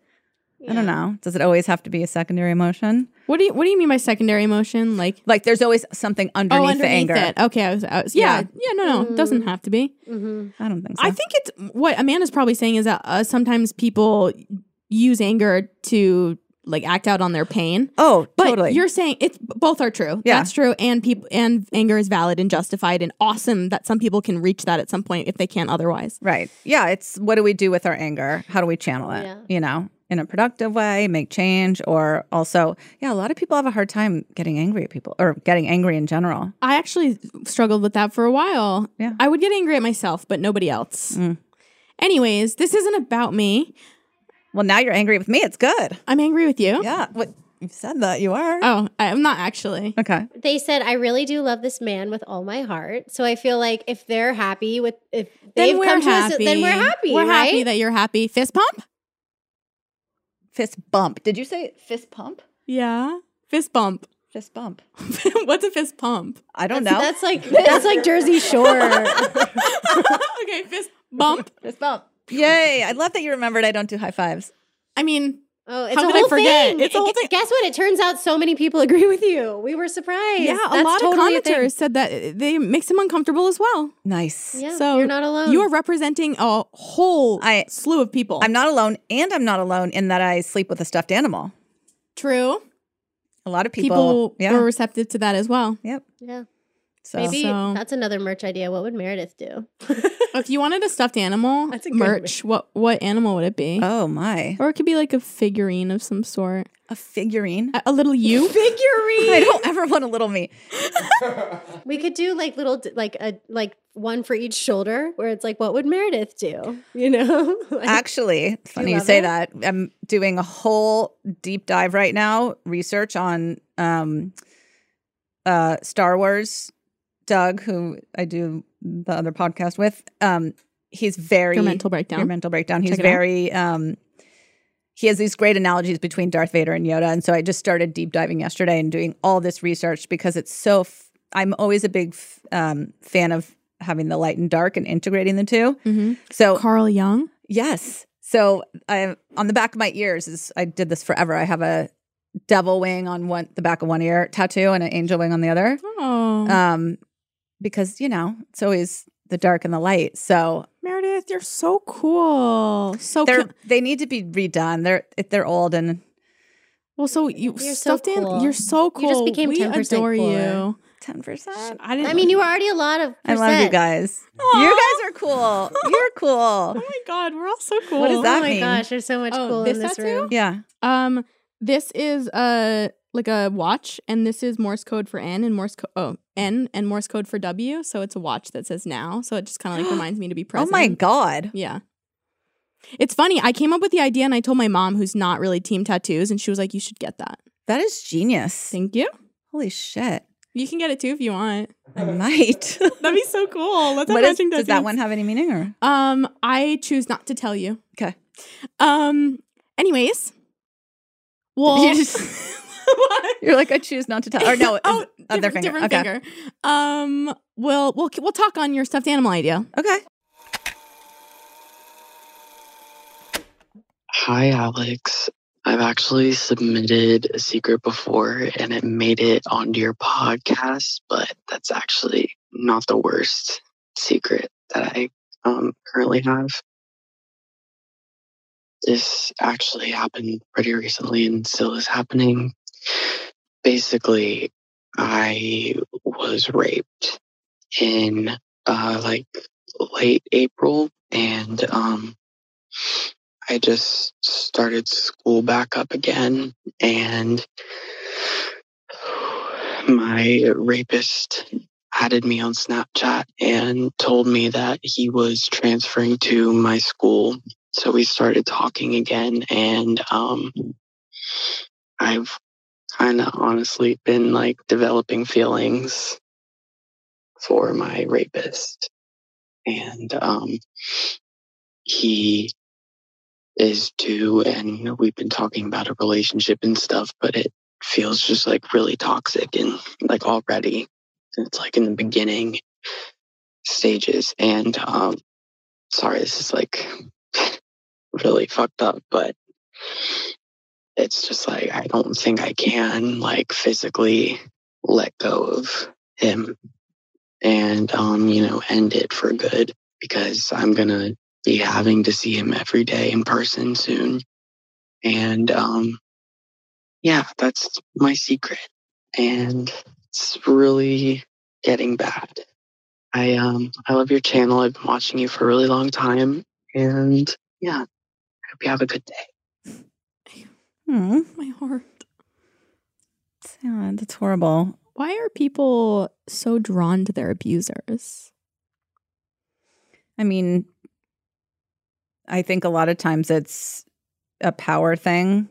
[SPEAKER 2] I don't know. Does it always have to be a secondary emotion?
[SPEAKER 1] What do you What do you mean by secondary emotion? Like
[SPEAKER 2] Like there's always something underneath,
[SPEAKER 1] oh, underneath
[SPEAKER 2] the anger.
[SPEAKER 1] it. Okay, I was, I was yeah,
[SPEAKER 2] Yeah. Mm.
[SPEAKER 1] yeah, no, no, it doesn't have to be.
[SPEAKER 5] Mm-hmm.
[SPEAKER 2] I don't think so.
[SPEAKER 1] I think it's what Amanda's probably saying is that uh, sometimes people use anger to like act out on their pain.
[SPEAKER 2] oh,
[SPEAKER 1] But
[SPEAKER 2] totally.
[SPEAKER 1] you're saying it's both are true.
[SPEAKER 2] Yeah.
[SPEAKER 1] That's true. And people and anger is valid and justified and awesome that some people can reach that at some point if they can't otherwise.
[SPEAKER 2] Right. Yeah. It's what do we do with our anger? How do we channel it?
[SPEAKER 5] Yeah.
[SPEAKER 2] You know, in a productive way, make change, or also, yeah, a lot of people have a hard time getting angry at people or getting angry in general.
[SPEAKER 1] I actually struggled with that for a while.
[SPEAKER 2] Yeah.
[SPEAKER 1] I would get angry at myself, but nobody else.
[SPEAKER 2] Mm.
[SPEAKER 1] Anyways, this isn't about me.
[SPEAKER 2] Well, now you're angry with me. It's good.
[SPEAKER 1] I'm angry with you.
[SPEAKER 2] Yeah. What you said that you are.
[SPEAKER 1] Oh, I- I'm not actually.
[SPEAKER 2] Okay.
[SPEAKER 5] They said, "I really do love this man with all my heart." So I feel like if they're happy with if they've come to us, then we're happy.
[SPEAKER 1] We're
[SPEAKER 5] right?
[SPEAKER 1] happy that you're happy. Fist pump?
[SPEAKER 2] Fist bump. Did you say fist pump?
[SPEAKER 1] Yeah. Fist bump.
[SPEAKER 2] Fist bump.
[SPEAKER 1] What's a fist pump?
[SPEAKER 2] I don't know.
[SPEAKER 5] that's, that's like that's like Jersey Shore.
[SPEAKER 1] okay, fist bump.
[SPEAKER 2] fist bump. Yay. I love that you remembered I don't do high fives.
[SPEAKER 1] I mean,
[SPEAKER 5] Oh, it's
[SPEAKER 1] How
[SPEAKER 5] a
[SPEAKER 1] could I
[SPEAKER 5] whole
[SPEAKER 1] forget?
[SPEAKER 5] thing.
[SPEAKER 1] It's a whole thing.
[SPEAKER 5] Guess what? It turns out so many people agree with you. We were surprised.
[SPEAKER 1] yeah, a
[SPEAKER 5] That's
[SPEAKER 1] lot
[SPEAKER 5] totally a
[SPEAKER 1] of
[SPEAKER 5] thing.
[SPEAKER 1] commenters said that it- they makes them uncomfortable as well.
[SPEAKER 2] Nice.
[SPEAKER 5] Yeah,
[SPEAKER 1] So
[SPEAKER 5] you're not alone.
[SPEAKER 1] You are representing a whole
[SPEAKER 2] I-
[SPEAKER 1] slew of people.
[SPEAKER 2] I'm not alone, and I'm not alone in that I sleep with a stuffed animal.
[SPEAKER 1] true.
[SPEAKER 2] A lot of people.
[SPEAKER 1] People,
[SPEAKER 2] yeah.
[SPEAKER 1] were receptive to that as well.
[SPEAKER 2] yep.
[SPEAKER 5] yeah.
[SPEAKER 2] So.
[SPEAKER 5] Maybe
[SPEAKER 1] So-
[SPEAKER 5] that's another merch idea. What would Meredith do?
[SPEAKER 1] If you wanted a stuffed animal
[SPEAKER 5] That's a good
[SPEAKER 1] merch, what what animal would it be?
[SPEAKER 2] Oh my.
[SPEAKER 1] or it could be like a figurine of some sort.
[SPEAKER 2] A figurine?
[SPEAKER 1] A, a little you.
[SPEAKER 2] I don't ever want a little me.
[SPEAKER 5] we could do like little like a like one for each shoulder where it's like what would Meredith do? You know? Like,
[SPEAKER 2] Actually, funny you
[SPEAKER 5] love
[SPEAKER 2] say
[SPEAKER 5] it?
[SPEAKER 2] that. I'm doing a whole deep dive right now, research on um uh Star Wars. Doug, who I do the other podcast with, um, he's very
[SPEAKER 1] Your mental
[SPEAKER 2] Your
[SPEAKER 1] breakdown.
[SPEAKER 2] mental breakdown. He's
[SPEAKER 1] Check it out.
[SPEAKER 2] very um he has these great analogies between Darth Vader and Yoda. And so I just started deep diving yesterday and doing all this research because it's so f- I'm always a big f- um fan of having the light and dark and integrating the two.
[SPEAKER 1] hmm
[SPEAKER 2] So
[SPEAKER 1] Carl Young.
[SPEAKER 2] yes. So I on the back of my ears is I did this forever. I have a devil wing on one the back of one ear tattoo and an angel wing on the other.
[SPEAKER 1] Oh,
[SPEAKER 2] Um because, you know, it's always the dark and the light. So
[SPEAKER 1] Meredith, you're so cool. So
[SPEAKER 2] they're
[SPEAKER 1] co-
[SPEAKER 2] they need to be redone. They're if they're old and
[SPEAKER 1] well, so you
[SPEAKER 5] You're so
[SPEAKER 1] stuffed in.
[SPEAKER 5] cool.
[SPEAKER 1] You're so
[SPEAKER 5] You
[SPEAKER 1] cool.
[SPEAKER 5] just became
[SPEAKER 1] we
[SPEAKER 5] 10%
[SPEAKER 1] adore
[SPEAKER 5] cooler.
[SPEAKER 1] you.
[SPEAKER 2] ten percent.
[SPEAKER 1] I didn't.
[SPEAKER 5] I mean, you are already a lot of
[SPEAKER 2] I
[SPEAKER 5] percent.
[SPEAKER 2] love you guys.
[SPEAKER 1] Aw.
[SPEAKER 2] You guys are cool. You're
[SPEAKER 1] Oh
[SPEAKER 2] cool.
[SPEAKER 1] my god, we're all so cool.
[SPEAKER 2] What is
[SPEAKER 5] Oh
[SPEAKER 2] that
[SPEAKER 5] my
[SPEAKER 2] mean?
[SPEAKER 5] gosh, there's so much
[SPEAKER 1] Oh,
[SPEAKER 5] cool
[SPEAKER 1] this
[SPEAKER 5] in this
[SPEAKER 1] tattoo?
[SPEAKER 5] room.
[SPEAKER 2] Yeah.
[SPEAKER 1] Um, this is uh like a watch, and this is Morse code for N and Morse code. Oh, N and Morse code for W. So it's a watch that says now. So it just kind of like reminds me to be present.
[SPEAKER 2] Oh my god.
[SPEAKER 1] Yeah. It's funny. I came up with the idea and I told my mom, who's not really team tattoos, and she was like, "You should get that."
[SPEAKER 2] That is genius.
[SPEAKER 1] Thank you.
[SPEAKER 2] Holy shit.
[SPEAKER 1] You can get it too if you want.
[SPEAKER 2] I might.
[SPEAKER 1] That'd be so cool. Let's have
[SPEAKER 2] What is,
[SPEAKER 1] matching
[SPEAKER 2] does that
[SPEAKER 1] tattoos.
[SPEAKER 2] one have any meaning or
[SPEAKER 1] Um, I choose not to tell you.
[SPEAKER 2] 'Kay.
[SPEAKER 1] Um. Anyways. Well.
[SPEAKER 2] You just-
[SPEAKER 1] What?
[SPEAKER 2] you're like I choose not to tell or no
[SPEAKER 1] oh,
[SPEAKER 2] other
[SPEAKER 1] different,
[SPEAKER 2] finger.
[SPEAKER 1] different
[SPEAKER 2] okay.
[SPEAKER 1] finger. Um. We'll we'll we'll talk on your stuffed animal idea.
[SPEAKER 2] Okay.
[SPEAKER 7] Hi, Alex. I've actually submitted a secret before and it made it onto your podcast, but that's actually not the worst secret that I um, currently have. This actually happened pretty recently and still is happening. Basically, I was raped in uh, like late April and um, I just started school back up again, and my rapist added me on Snapchat and told me that he was transferring to my school. So we started talking again, and um, I've kind of honestly been like developing feelings for my rapist. And um, he is too. And we've been talking about a relationship and stuff, but it feels just like really toxic and like already. It's like in the beginning stages. And um, sorry, this is like really fucked up, but it's just like I don't think I can like physically let go of him and um you know end it for good because I'm going to be having to see him every day in person soon and um yeah that's my secret and it's really getting bad I um I love your channel I've been watching you for a really long time and yeah hope you have a good day
[SPEAKER 2] Hmm.
[SPEAKER 1] My heart.
[SPEAKER 2] Sad. That's horrible.
[SPEAKER 1] Why are people so drawn to their abusers?
[SPEAKER 2] I mean, I think a lot of times it's a power thing.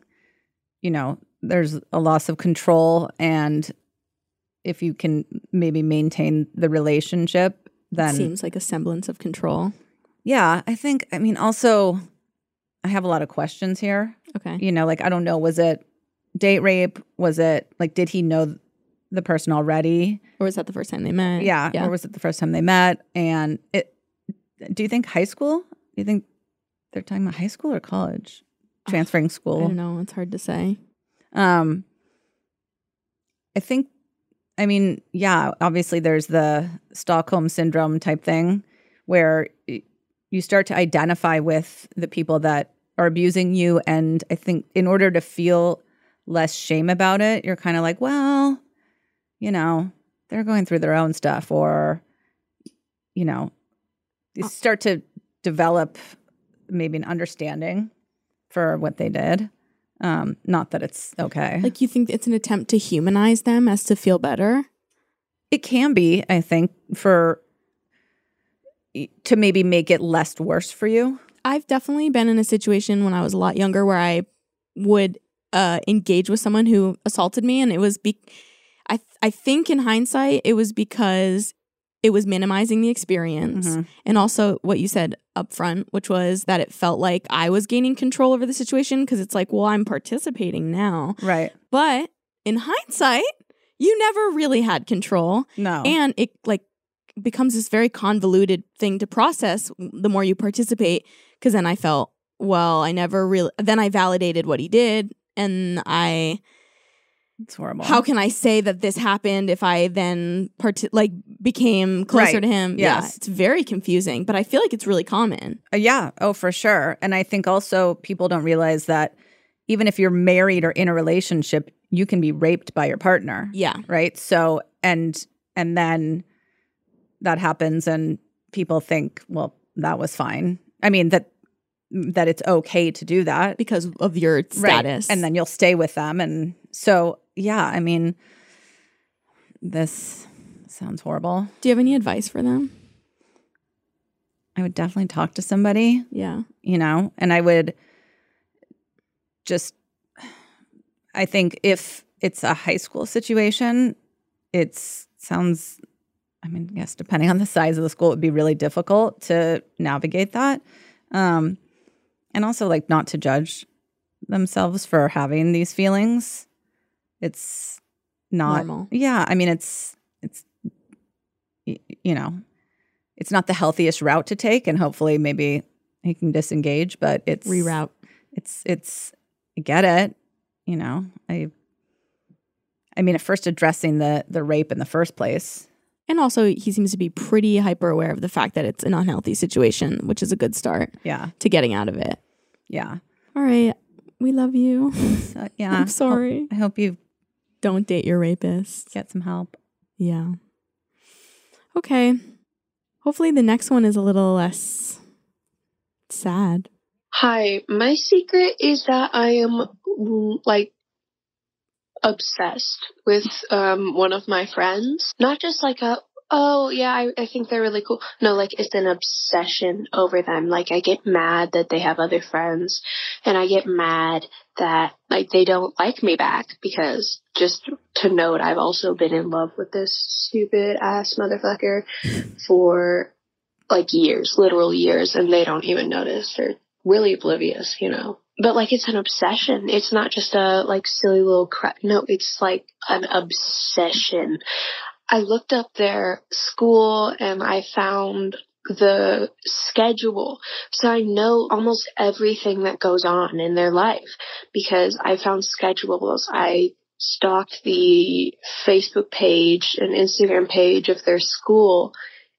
[SPEAKER 2] You know, there's a loss of control. And if you can maybe maintain the relationship, then
[SPEAKER 1] Seems like a semblance of control.
[SPEAKER 2] yeah, I think, I mean, also, I have a lot of questions here.
[SPEAKER 1] Okay.
[SPEAKER 2] You know, like, I don't know, was it date rape? Was it like, did he know the person already?
[SPEAKER 1] Or was that the first time they met?
[SPEAKER 2] Yeah.
[SPEAKER 1] Yeah.
[SPEAKER 2] Or was it the first time they met? And it, do you think high school? Do you think they're talking about high school or college?
[SPEAKER 1] Ugh,
[SPEAKER 2] Transferring
[SPEAKER 1] Uh, I don't
[SPEAKER 2] school.
[SPEAKER 1] know. It's hard to say.
[SPEAKER 2] um, I think, I mean, yeah, obviously there's the Stockholm syndrome type thing where y- you start to identify with the people that are abusing you. And I think in order to feel less shame about it, you're kind of like, well, you know, they're going through their own stuff, or, you know, you
[SPEAKER 1] Uh-
[SPEAKER 2] start to develop maybe an understanding for what they did. Um, not that it's okay.
[SPEAKER 1] Like you think it's an attempt to humanize them as to feel better?
[SPEAKER 2] it can be, I think, for to maybe make it less worse for you.
[SPEAKER 1] I've definitely been in a situation when I was a lot younger where I would uh, engage with someone who assaulted me, and it was be. I I think in hindsight it was because it was minimizing the experience,
[SPEAKER 2] Mhm.
[SPEAKER 1] and also what you said up front, which was that it felt like I was gaining control over the situation because it's like, well, I'm participating now,
[SPEAKER 2] Right.
[SPEAKER 1] but in hindsight, you never really had control
[SPEAKER 2] No.
[SPEAKER 1] and it like becomes this very convoluted thing to process the more you participate because then i felt well i never really then i validated what he did and i
[SPEAKER 2] it's horrible.
[SPEAKER 1] how can i say that this happened if i then part like became closer
[SPEAKER 2] Right.
[SPEAKER 1] to him
[SPEAKER 2] Yes.
[SPEAKER 1] yeah it's very confusing but i feel like it's really common
[SPEAKER 2] Uh, yeah. Oh, for sure. And I think also people don't realize that even if you're married or in a relationship, you can be raped by your partner.
[SPEAKER 1] yeah
[SPEAKER 2] Right. So and and then that happens and people think, well, that was fine. I mean that that it's okay to do that.
[SPEAKER 1] because of your status
[SPEAKER 2] And then you'll stay with them. And so, yeah, I mean, this sounds horrible.
[SPEAKER 1] do you have any advice for them
[SPEAKER 2] I would definitely talk to somebody,
[SPEAKER 1] yeah
[SPEAKER 2] you know, and I would just, I think if it's a high school situation, it's sounds, I mean, yes, depending on the size of the school, it would be really difficult to navigate that. Um, and also, like, not to judge themselves for having these feelings. It's not
[SPEAKER 1] normal
[SPEAKER 2] Yeah, I mean it's it's y- you know, it's not the healthiest route to take and hopefully maybe he can disengage, but it's
[SPEAKER 1] reroute
[SPEAKER 2] It's it's I get it, you know. I I mean at first addressing the the rape in the first place.
[SPEAKER 1] and also he seems to be pretty hyper aware of the fact that it's an unhealthy situation which is a good start
[SPEAKER 2] Yeah.
[SPEAKER 1] to getting out of it.
[SPEAKER 2] Yeah.
[SPEAKER 1] All right. We love you.
[SPEAKER 2] So yeah.
[SPEAKER 1] I'm sorry.
[SPEAKER 2] Hope- I hope you
[SPEAKER 1] Don't date your rapist.
[SPEAKER 2] get some help.
[SPEAKER 1] Yeah. Okay. Hopefully the next one is a little less sad.
[SPEAKER 8] Hi, my secret is that I am mm, like obsessed with um one of my friends. Not just like a oh yeah, I, I think they're really cool. No, like it's an obsession over them. Like I get mad that they have other friends and I get mad that like they don't like me back because just to note I've also been in love with this stupid ass motherfucker for like years, literal years, and they don't even notice or really oblivious, you know. But like it's an obsession. It's not just a like silly little crap. No, it's like an obsession. I looked up their school and I found the schedule. So I know almost everything that goes on in their life because I found schedules. I stalked the Facebook page and Instagram page of their school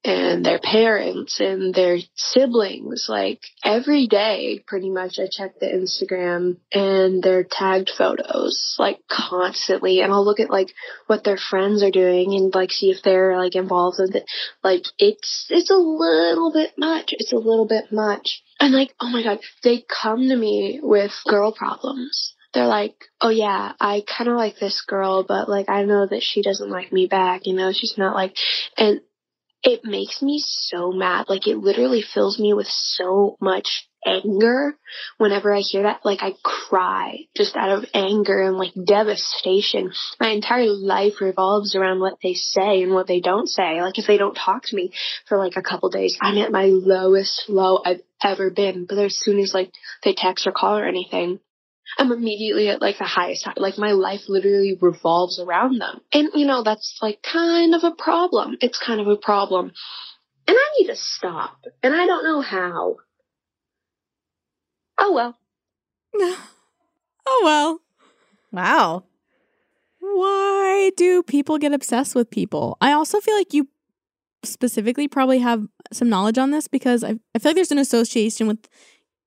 [SPEAKER 8] and their parents and their siblings. Like every day, pretty much, I check the Instagram and their tagged photos, like constantly. And I'll look at like what their friends are doing and like see if they're like involved with it. Like it's it's a little bit much. It's a little bit much. And like, oh my god, they come to me with girl problems they're like, oh yeah, I kind of like this girl, but like I know that she doesn't like me back. You know, she's not like, and it makes me so mad. Like it literally fills me with so much anger whenever I hear that. Like I cry just out of anger and like devastation. My entire life revolves around what they say and what they don't say. Like if they don't talk to me for like a couple days, I'm at my lowest low I've ever been. But as soon as like they text or call or anything, I'm immediately at like the highest high. Like my life literally revolves around them. And you know, that's like kind of a problem. It's kind of a problem. And I need to stop. And I don't know how. Oh well.
[SPEAKER 1] oh well.
[SPEAKER 2] Wow.
[SPEAKER 1] Why do people get obsessed with people? I also feel like you specifically probably have some knowledge on this because I, I feel like there's an association with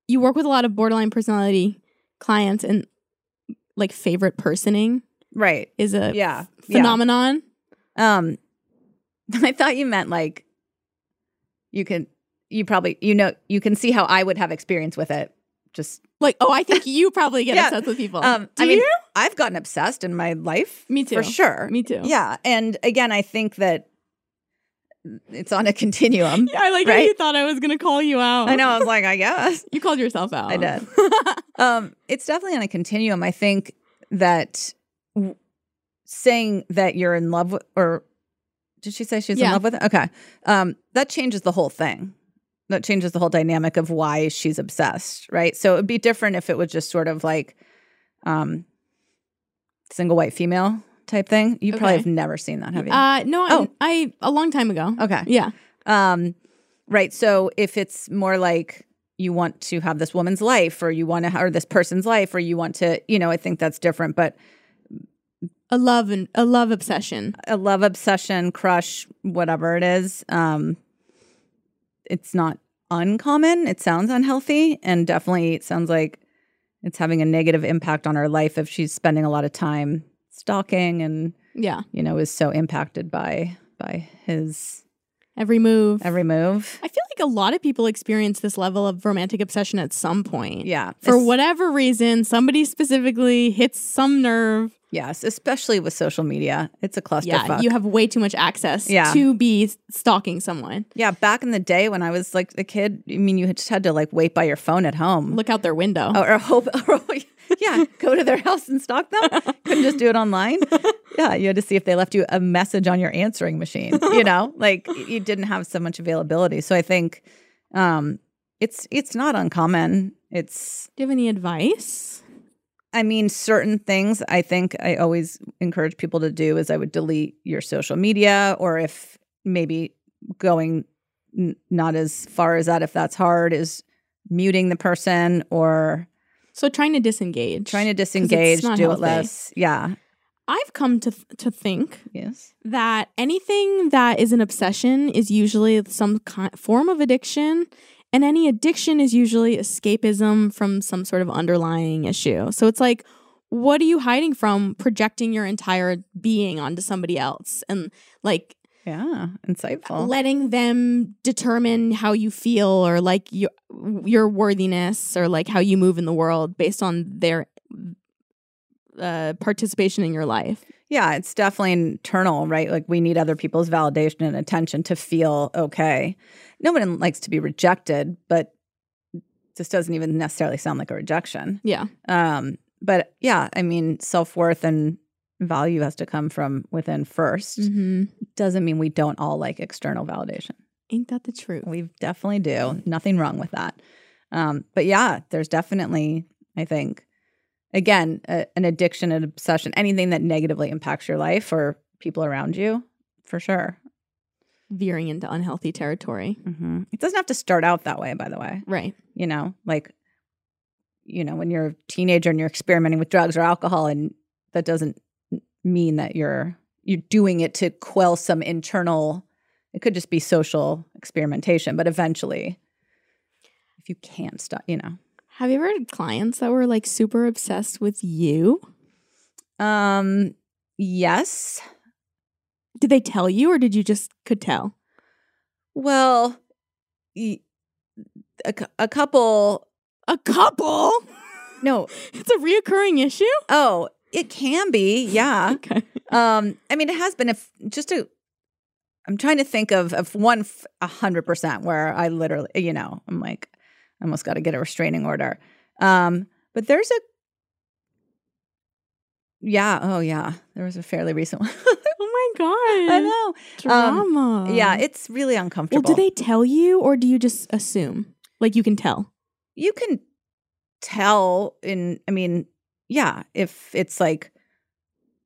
[SPEAKER 1] you work with a lot of borderline personality clients and like favorite personing
[SPEAKER 2] Right.
[SPEAKER 1] is a
[SPEAKER 2] Yeah. Yeah.
[SPEAKER 1] phenomenon.
[SPEAKER 2] Um, I thought you meant like you can, you probably, you know, you can see how I would have experience with it. Just,
[SPEAKER 1] Like, oh, I think you probably get
[SPEAKER 2] Yeah.
[SPEAKER 1] obsessed with people.
[SPEAKER 2] um,
[SPEAKER 1] Oh. Do
[SPEAKER 2] I mean,
[SPEAKER 1] you?
[SPEAKER 2] I've gotten obsessed in my life.
[SPEAKER 1] Me too.
[SPEAKER 2] For sure.
[SPEAKER 1] Me too.
[SPEAKER 2] Yeah. And again, I think that it's on a continuum.
[SPEAKER 1] I like how
[SPEAKER 2] Right?
[SPEAKER 1] you thought I was gonna call you out.
[SPEAKER 2] I know. I was like, I guess.
[SPEAKER 1] You called yourself out.
[SPEAKER 2] I did. Um, it's definitely on a continuum. I think that w- saying that you're in love with, or did she say she's
[SPEAKER 1] Yeah.
[SPEAKER 2] in love with? Him? Okay, um, that changes the whole thing. That changes the whole dynamic of why she's obsessed, right? So it'd be different if it was just sort of like, um, single white female type thing. You
[SPEAKER 1] Okay.
[SPEAKER 2] probably have never seen that, have you?
[SPEAKER 1] Uh, no, I-
[SPEAKER 2] Oh.
[SPEAKER 1] I, a long time ago.
[SPEAKER 2] okay,
[SPEAKER 1] Yeah.
[SPEAKER 2] um, right. So if it's more like you want to have this woman's life or you want to, or this person's life or you want to, you know, I think that's different. But
[SPEAKER 1] A love and a love obsession.
[SPEAKER 2] a love obsession, crush, whatever it is, um, it's not uncommon. It sounds unhealthy and definitely it sounds like it's having a negative impact on her life if she's spending a lot of time stalking and,
[SPEAKER 1] Yeah.
[SPEAKER 2] you know, is so impacted by by his
[SPEAKER 1] Every move.
[SPEAKER 2] every move.
[SPEAKER 1] I feel like a lot of people experience this level of romantic obsession at some point.
[SPEAKER 2] Yeah.
[SPEAKER 1] For
[SPEAKER 2] It's-
[SPEAKER 1] whatever reason, somebody specifically hits some nerve.
[SPEAKER 2] Yes, especially with social media. It's a clusterfuck.
[SPEAKER 1] yeah, you have way too much access
[SPEAKER 2] Yeah.
[SPEAKER 1] to be stalking someone.
[SPEAKER 2] yeah, back in the day when I was like a kid, I mean, you just had to like wait by your phone at home.
[SPEAKER 1] Look out their window.
[SPEAKER 2] or, or hope, or, yeah, go to their house and stalk them. Couldn't just do it online. Yeah, you had to see if they left you a message on your answering machine. You know, like y- you didn't have so much availability. So I think um, it's it's not uncommon. It's
[SPEAKER 1] Do you have any advice?
[SPEAKER 2] I mean, certain things I think I always encourage people to do is I would delete your social media, or if maybe going n- not as far as that, if that's hard, is muting the person or
[SPEAKER 1] So trying to disengage.
[SPEAKER 2] trying to disengage, do
[SPEAKER 1] not
[SPEAKER 2] it
[SPEAKER 1] healthy.
[SPEAKER 2] less. Yeah.
[SPEAKER 1] I've come to to think
[SPEAKER 2] Yes.
[SPEAKER 1] that anything that is an obsession is usually some ki- form of addiction and any addiction is usually escapism from some sort of underlying issue so it's like what are you hiding from projecting your entire being onto somebody else and like
[SPEAKER 2] Yeah. Insightful.
[SPEAKER 1] letting them determine how you feel or like your your worthiness or like how you move in the world based on their uh, participation in your life
[SPEAKER 2] yeah. It's definitely internal, right? Like we need other people's validation and attention to feel okay. No one likes to be rejected, but this doesn't even necessarily sound like a rejection.
[SPEAKER 1] yeah
[SPEAKER 2] Um, but yeah, I mean, self worth and value has to come from within 1st does
[SPEAKER 1] mm-hmm.
[SPEAKER 2] Doesn't mean we don't all like external validation.
[SPEAKER 1] ain't that the truth
[SPEAKER 2] We definitely do. Nothing wrong with that. Um, but yeah, there's definitely, I think, again, a, an addiction, an obsession, anything that negatively impacts your life or people around you, for sure.
[SPEAKER 1] veering into unhealthy territory.
[SPEAKER 2] hmm It doesn't have to start out that way, by the way.
[SPEAKER 1] Right.
[SPEAKER 2] you know like you know when you're a teenager and you're experimenting with drugs or alcohol and that doesn't n- mean that you're you're doing it to quell some internal it could just be social experimentation but eventually if you can't stop you know
[SPEAKER 1] Have you ever had clients that were like super obsessed with you?
[SPEAKER 2] um yes
[SPEAKER 1] Did they tell you or did you just could tell?
[SPEAKER 2] well y- a, cou- a couple
[SPEAKER 1] A couple?
[SPEAKER 2] no
[SPEAKER 1] It's a reoccurring issue?
[SPEAKER 2] oh it can be yeah
[SPEAKER 1] Okay.
[SPEAKER 2] Um, I mean, it has been a f- just a. I'm trying to think of of one f- a hundred percent where I literally, you know, I'm like, I almost got to get a restraining order. Um, but there's a. Yeah. Oh, yeah. There was a fairly recent one.
[SPEAKER 1] Oh my god.
[SPEAKER 2] I know.
[SPEAKER 1] Um, Drama.
[SPEAKER 2] yeah, it's really
[SPEAKER 1] Well,
[SPEAKER 2] uncomfortable.
[SPEAKER 1] do they tell you or do you just assume? Like you can tell.
[SPEAKER 2] you can tell in i mean yeah if it's like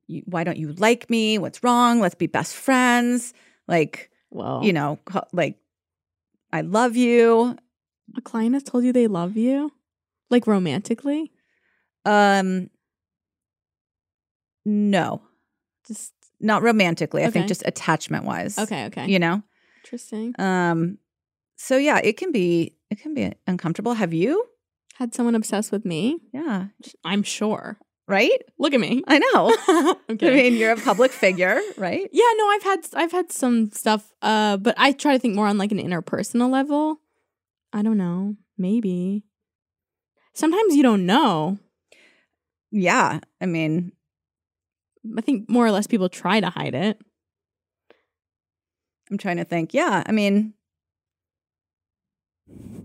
[SPEAKER 2] you, why don't you like me what's wrong let's be best friends like
[SPEAKER 1] Well,
[SPEAKER 2] you know ca- like i love you
[SPEAKER 1] a client has told you they love you? Like romantically?
[SPEAKER 2] um no
[SPEAKER 1] Just
[SPEAKER 2] not romantically i think
[SPEAKER 1] Okay.
[SPEAKER 2] just attachment wise
[SPEAKER 1] Okay, okay.
[SPEAKER 2] you know
[SPEAKER 1] Interesting.
[SPEAKER 2] um so yeah it can be it can be uncomfortable have you
[SPEAKER 1] Had someone obsessed with me?
[SPEAKER 2] yeah
[SPEAKER 1] I'm sure.
[SPEAKER 2] right
[SPEAKER 1] Look at me.
[SPEAKER 2] i know
[SPEAKER 1] I'm
[SPEAKER 2] Oh. i
[SPEAKER 1] kidding.
[SPEAKER 2] mean you're a public figure right
[SPEAKER 1] Yeah, no, I've had I've had some stuff, uh, but I try to think more on like an interpersonal level. I don't know, maybe. Sometimes you don't know.
[SPEAKER 2] yeah i mean
[SPEAKER 1] I think more or less people try to hide it.
[SPEAKER 2] I'm trying to think. Yeah, I mean,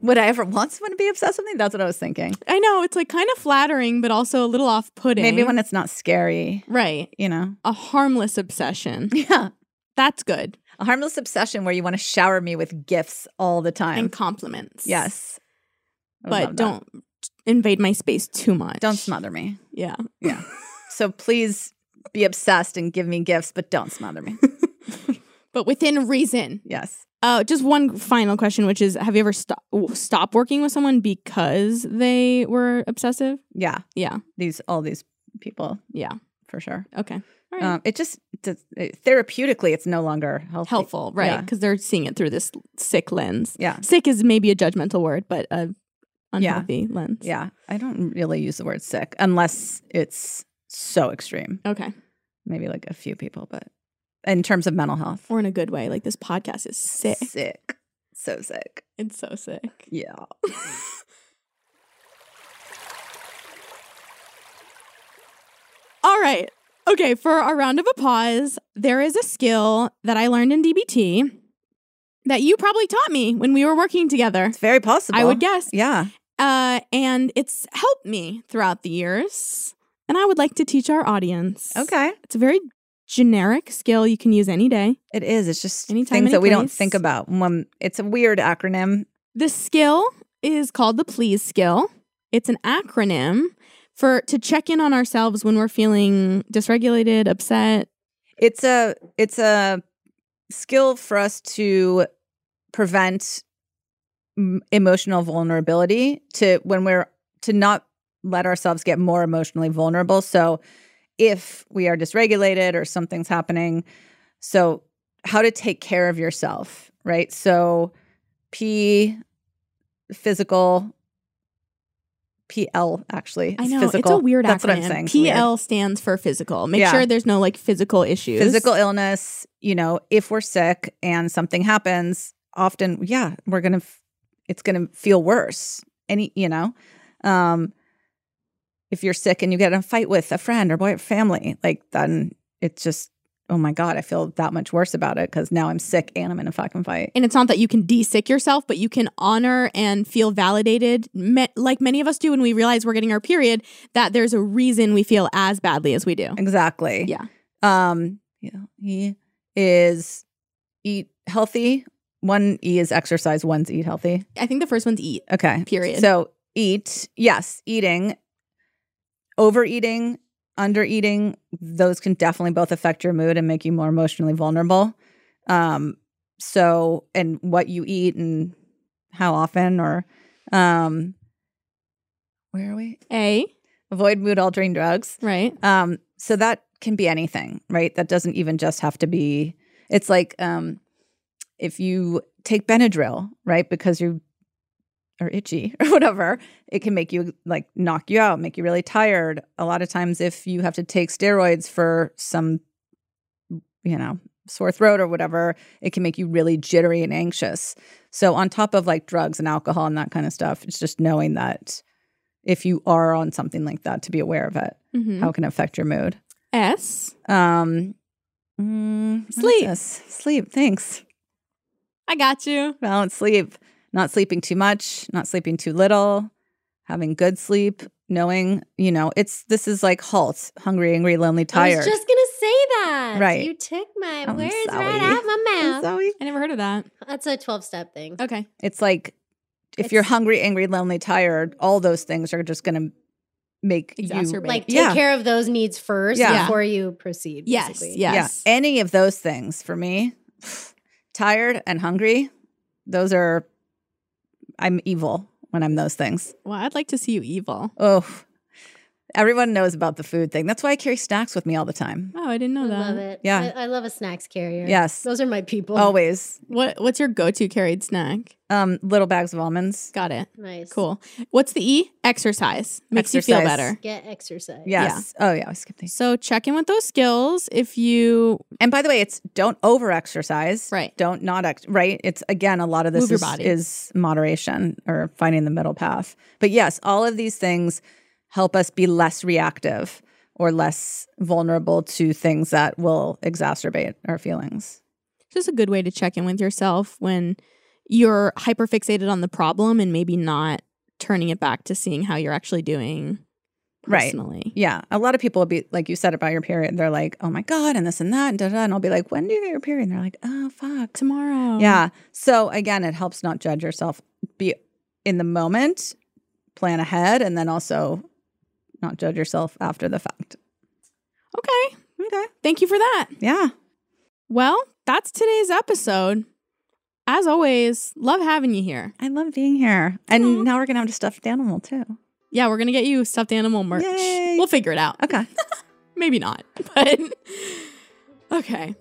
[SPEAKER 2] would I ever want someone to be obsessed with me? That's what I was thinking.
[SPEAKER 1] I know it's like kind of flattering, but also a little off-putting.
[SPEAKER 2] Maybe when it's not scary,
[SPEAKER 1] right,
[SPEAKER 2] you know?
[SPEAKER 1] a harmless obsession.
[SPEAKER 2] Yeah.
[SPEAKER 1] That's good
[SPEAKER 2] A harmless obsession where you want to shower me with gifts all the time.
[SPEAKER 1] and compliments.
[SPEAKER 2] yes. I would
[SPEAKER 1] but
[SPEAKER 2] love that.
[SPEAKER 1] don't invade my space too much.
[SPEAKER 2] don't smother me.
[SPEAKER 1] Yeah,
[SPEAKER 2] Yeah. so please be obsessed and give me gifts, but don't smother me.
[SPEAKER 1] but within reason.
[SPEAKER 2] Yes.
[SPEAKER 1] Uh, just one final question, which is: Have you ever stop stop working with someone because they were obsessive?
[SPEAKER 2] Yeah.
[SPEAKER 1] Yeah,
[SPEAKER 2] These all these people
[SPEAKER 1] yeah,
[SPEAKER 2] for sure.
[SPEAKER 1] okay, all right.
[SPEAKER 2] Um, it just does, therapeutically, it's no longer healthy.
[SPEAKER 1] helpful, right?
[SPEAKER 2] yeah.
[SPEAKER 1] Because they're seeing it through this sick lens.
[SPEAKER 2] Yeah.
[SPEAKER 1] Sick is maybe a judgmental word, but a
[SPEAKER 2] Yeah.
[SPEAKER 1] unhealthy lens.
[SPEAKER 2] Yeah, I don't really use the word sick unless it's so extreme.
[SPEAKER 1] Okay,
[SPEAKER 2] Maybe like a few people, but in terms of mental health,
[SPEAKER 1] or in a good way. Like this podcast is sick.
[SPEAKER 2] sick, so sick.
[SPEAKER 1] It's so sick.
[SPEAKER 2] Yeah.
[SPEAKER 1] All right. Okay, for our round of applause, there is a skill that I learned in DBT that you probably taught me when we were working together.
[SPEAKER 2] It's very possible.
[SPEAKER 1] I would guess.
[SPEAKER 2] Yeah.
[SPEAKER 1] Uh, and it's helped me throughout the years. And I would like to teach our audience.
[SPEAKER 2] Okay.
[SPEAKER 1] It's a very generic skill you can use any day.
[SPEAKER 2] It is. It's just
[SPEAKER 1] Anytime,
[SPEAKER 2] things
[SPEAKER 1] any
[SPEAKER 2] that we don't
[SPEAKER 1] place.
[SPEAKER 2] think about. When it's a weird acronym.
[SPEAKER 1] The skill is called the please skill. It's an acronym for to check in on ourselves when we're feeling dysregulated, upset.
[SPEAKER 2] It's a it's a skill for us to prevent m- emotional vulnerability to when we're to not let ourselves get more emotionally vulnerable. So if we are dysregulated or something's happening, so how to take care of yourself, right? So P physical PL actually.
[SPEAKER 1] I
[SPEAKER 2] is
[SPEAKER 1] know
[SPEAKER 2] physical.
[SPEAKER 1] it's a weird
[SPEAKER 2] That's
[SPEAKER 1] acronym.
[SPEAKER 2] what I'm saying. It's weird
[SPEAKER 1] PL stands for physical. Make
[SPEAKER 2] Yeah.
[SPEAKER 1] sure there's no like physical issues.
[SPEAKER 2] physical illness you know if we're sick and something happens often yeah we're gonna f- it's gonna feel worse any you know um if you're sick and you get in a fight with a friend or boy family like then it's just oh my god i feel that much worse about it because now i'm sick and i'm in a fucking fight
[SPEAKER 1] And it's not that you can de-sick yourself, but you can honor and feel validated, me- like many of us do when we realize we're getting our period, that there's a reason we feel as badly as we do.
[SPEAKER 2] exactly
[SPEAKER 1] Yeah.
[SPEAKER 2] um you know, he is eat healthy one E is exercise, one's eat healthy.
[SPEAKER 1] I think the first one's E. eat.
[SPEAKER 2] Okay.
[SPEAKER 1] Period.
[SPEAKER 2] So eat, yes, eating, overeating, undereating, those can definitely both affect your mood and make you more emotionally vulnerable. Um, so and what you eat and how often or um where are we?
[SPEAKER 1] A,
[SPEAKER 2] Avoid mood altering drugs.
[SPEAKER 1] right?
[SPEAKER 2] Um, so that can be anything, right? That doesn't even just have to be. It's like um, if you take Benadryl, right, because you are itchy or whatever, it can make you like knock you out, make you really tired. A lot of times, if you have to take steroids for some, you know, sore throat or whatever, it can make you really jittery and anxious. So, on top of like drugs and alcohol and that kind of stuff, it's just knowing that if you are on something like that, to be aware of it
[SPEAKER 5] Mm-hmm.
[SPEAKER 1] Mhm.
[SPEAKER 2] how it can affect your mood.
[SPEAKER 1] S.
[SPEAKER 2] Um, mm, what is
[SPEAKER 1] Sleep.
[SPEAKER 2] this? Sleep. Thanks.
[SPEAKER 1] I got you.
[SPEAKER 2] Balanced sleep. Not sleeping too much, not sleeping too little, having good sleep, knowing, you know, it's this is like halt, hungry, angry, lonely,
[SPEAKER 5] I was
[SPEAKER 2] tired.
[SPEAKER 5] just gonna say that.
[SPEAKER 2] Right.
[SPEAKER 5] You took my
[SPEAKER 2] I'm
[SPEAKER 5] words
[SPEAKER 2] sorry.
[SPEAKER 5] right out of my
[SPEAKER 2] I'm
[SPEAKER 5] mouth.
[SPEAKER 2] sorry.
[SPEAKER 1] I never heard of that.
[SPEAKER 5] That's a twelve step thing.
[SPEAKER 1] Okay.
[SPEAKER 2] It's like if you're
[SPEAKER 5] It's-
[SPEAKER 2] hungry, angry, lonely, tired, all those things are just going to make you
[SPEAKER 1] Exacerbate.
[SPEAKER 5] Like take
[SPEAKER 2] Yeah.
[SPEAKER 5] care of those needs first
[SPEAKER 2] Yeah.
[SPEAKER 5] before you proceed.
[SPEAKER 1] Yes.
[SPEAKER 5] basically.
[SPEAKER 1] Yes.
[SPEAKER 2] Yeah, any of those things for me, tired and hungry, those are, I'm evil when I'm those things.
[SPEAKER 1] well, I'd like to see you evil.
[SPEAKER 2] Oh, everyone knows about the food thing. That's why I carry snacks with me all the time.
[SPEAKER 1] Oh, I didn't know
[SPEAKER 5] I
[SPEAKER 1] that.
[SPEAKER 5] love it.
[SPEAKER 2] Yeah.
[SPEAKER 5] I, I love a snacks carrier.
[SPEAKER 2] Yes,
[SPEAKER 5] Those are my people.
[SPEAKER 2] always.
[SPEAKER 1] What What's your go to carried snack?
[SPEAKER 2] Um, little bags of almonds.
[SPEAKER 1] Got it.
[SPEAKER 5] nice.
[SPEAKER 1] Cool. What's the E? Exercise. Makes you feel
[SPEAKER 2] Exercise.
[SPEAKER 1] better.
[SPEAKER 5] Get exercise.
[SPEAKER 2] Yes. Oh yeah, I skipped these.
[SPEAKER 1] So check in with those skills if you
[SPEAKER 2] And by the way, it's don't over exercise.
[SPEAKER 1] Right.
[SPEAKER 2] Don't not ex- right. It's again a lot of this
[SPEAKER 1] Move your
[SPEAKER 2] is,
[SPEAKER 1] body.
[SPEAKER 2] is moderation or finding the middle path. But yes, all of these things help us be less reactive or less vulnerable to things that will exacerbate our feelings.
[SPEAKER 1] just a good way to check in with yourself when you're hyperfixated on the problem and maybe not turning it back to seeing how you're actually doing
[SPEAKER 2] Right.
[SPEAKER 1] personally.
[SPEAKER 2] Yeah, a lot of people will be like you said about your period. They're like, "Oh my god," and this and that, and da da. da. And I'll be like, "When do you get your period?" And they're like, "Oh fuck,
[SPEAKER 1] Tomorrow.
[SPEAKER 2] Yeah. So again, it helps not judge yourself. Be in the moment, plan ahead, and then also not judge yourself after the fact.
[SPEAKER 1] Okay.
[SPEAKER 2] Okay.
[SPEAKER 1] Thank you for that.
[SPEAKER 2] Yeah.
[SPEAKER 1] Well, that's today's episode. As always, love having you here.
[SPEAKER 2] I love being here. And
[SPEAKER 1] Aw.
[SPEAKER 2] now we're gonna have a stuffed animal too.
[SPEAKER 1] Yeah, we're going to get you stuffed animal merch.
[SPEAKER 2] Yay.
[SPEAKER 1] We'll figure it out.
[SPEAKER 2] Okay.
[SPEAKER 1] Maybe not, but okay.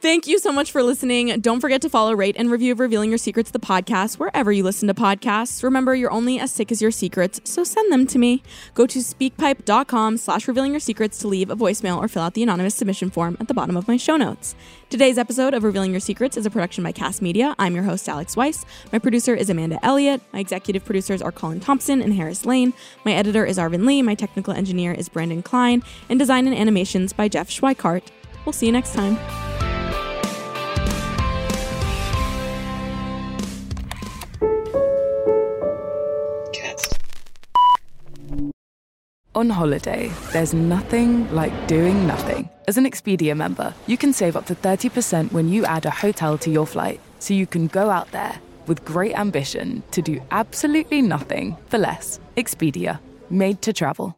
[SPEAKER 1] Thank you so much for listening. Don't forget to follow, rate, and review Revealing Your Secrets, the podcast, wherever you listen to podcasts. Remember, you're only as sick as your secrets, so send them to me. Go to speakpipe.com slash revealing your secrets to leave a voicemail or fill out the anonymous submission form at the bottom of my show notes. Today's episode of Revealing Your Secrets is a production by Cast Media. I'm your host, Alex Weiss. My producer is Amanda Elliott. My executive producers are Colin Thompson and Harris Lane. My editor is Arvin Lee. My technical engineer is Brandon Klein. And design and animations by Jeff Schweikart. We'll see you next time.
[SPEAKER 7] Cats.
[SPEAKER 9] On holiday, there's nothing like doing nothing. As an Expedia member, you can save up to 30% when you add a hotel to your flight, so you can go out there with great ambition to do absolutely nothing for less. Expedia, made to travel.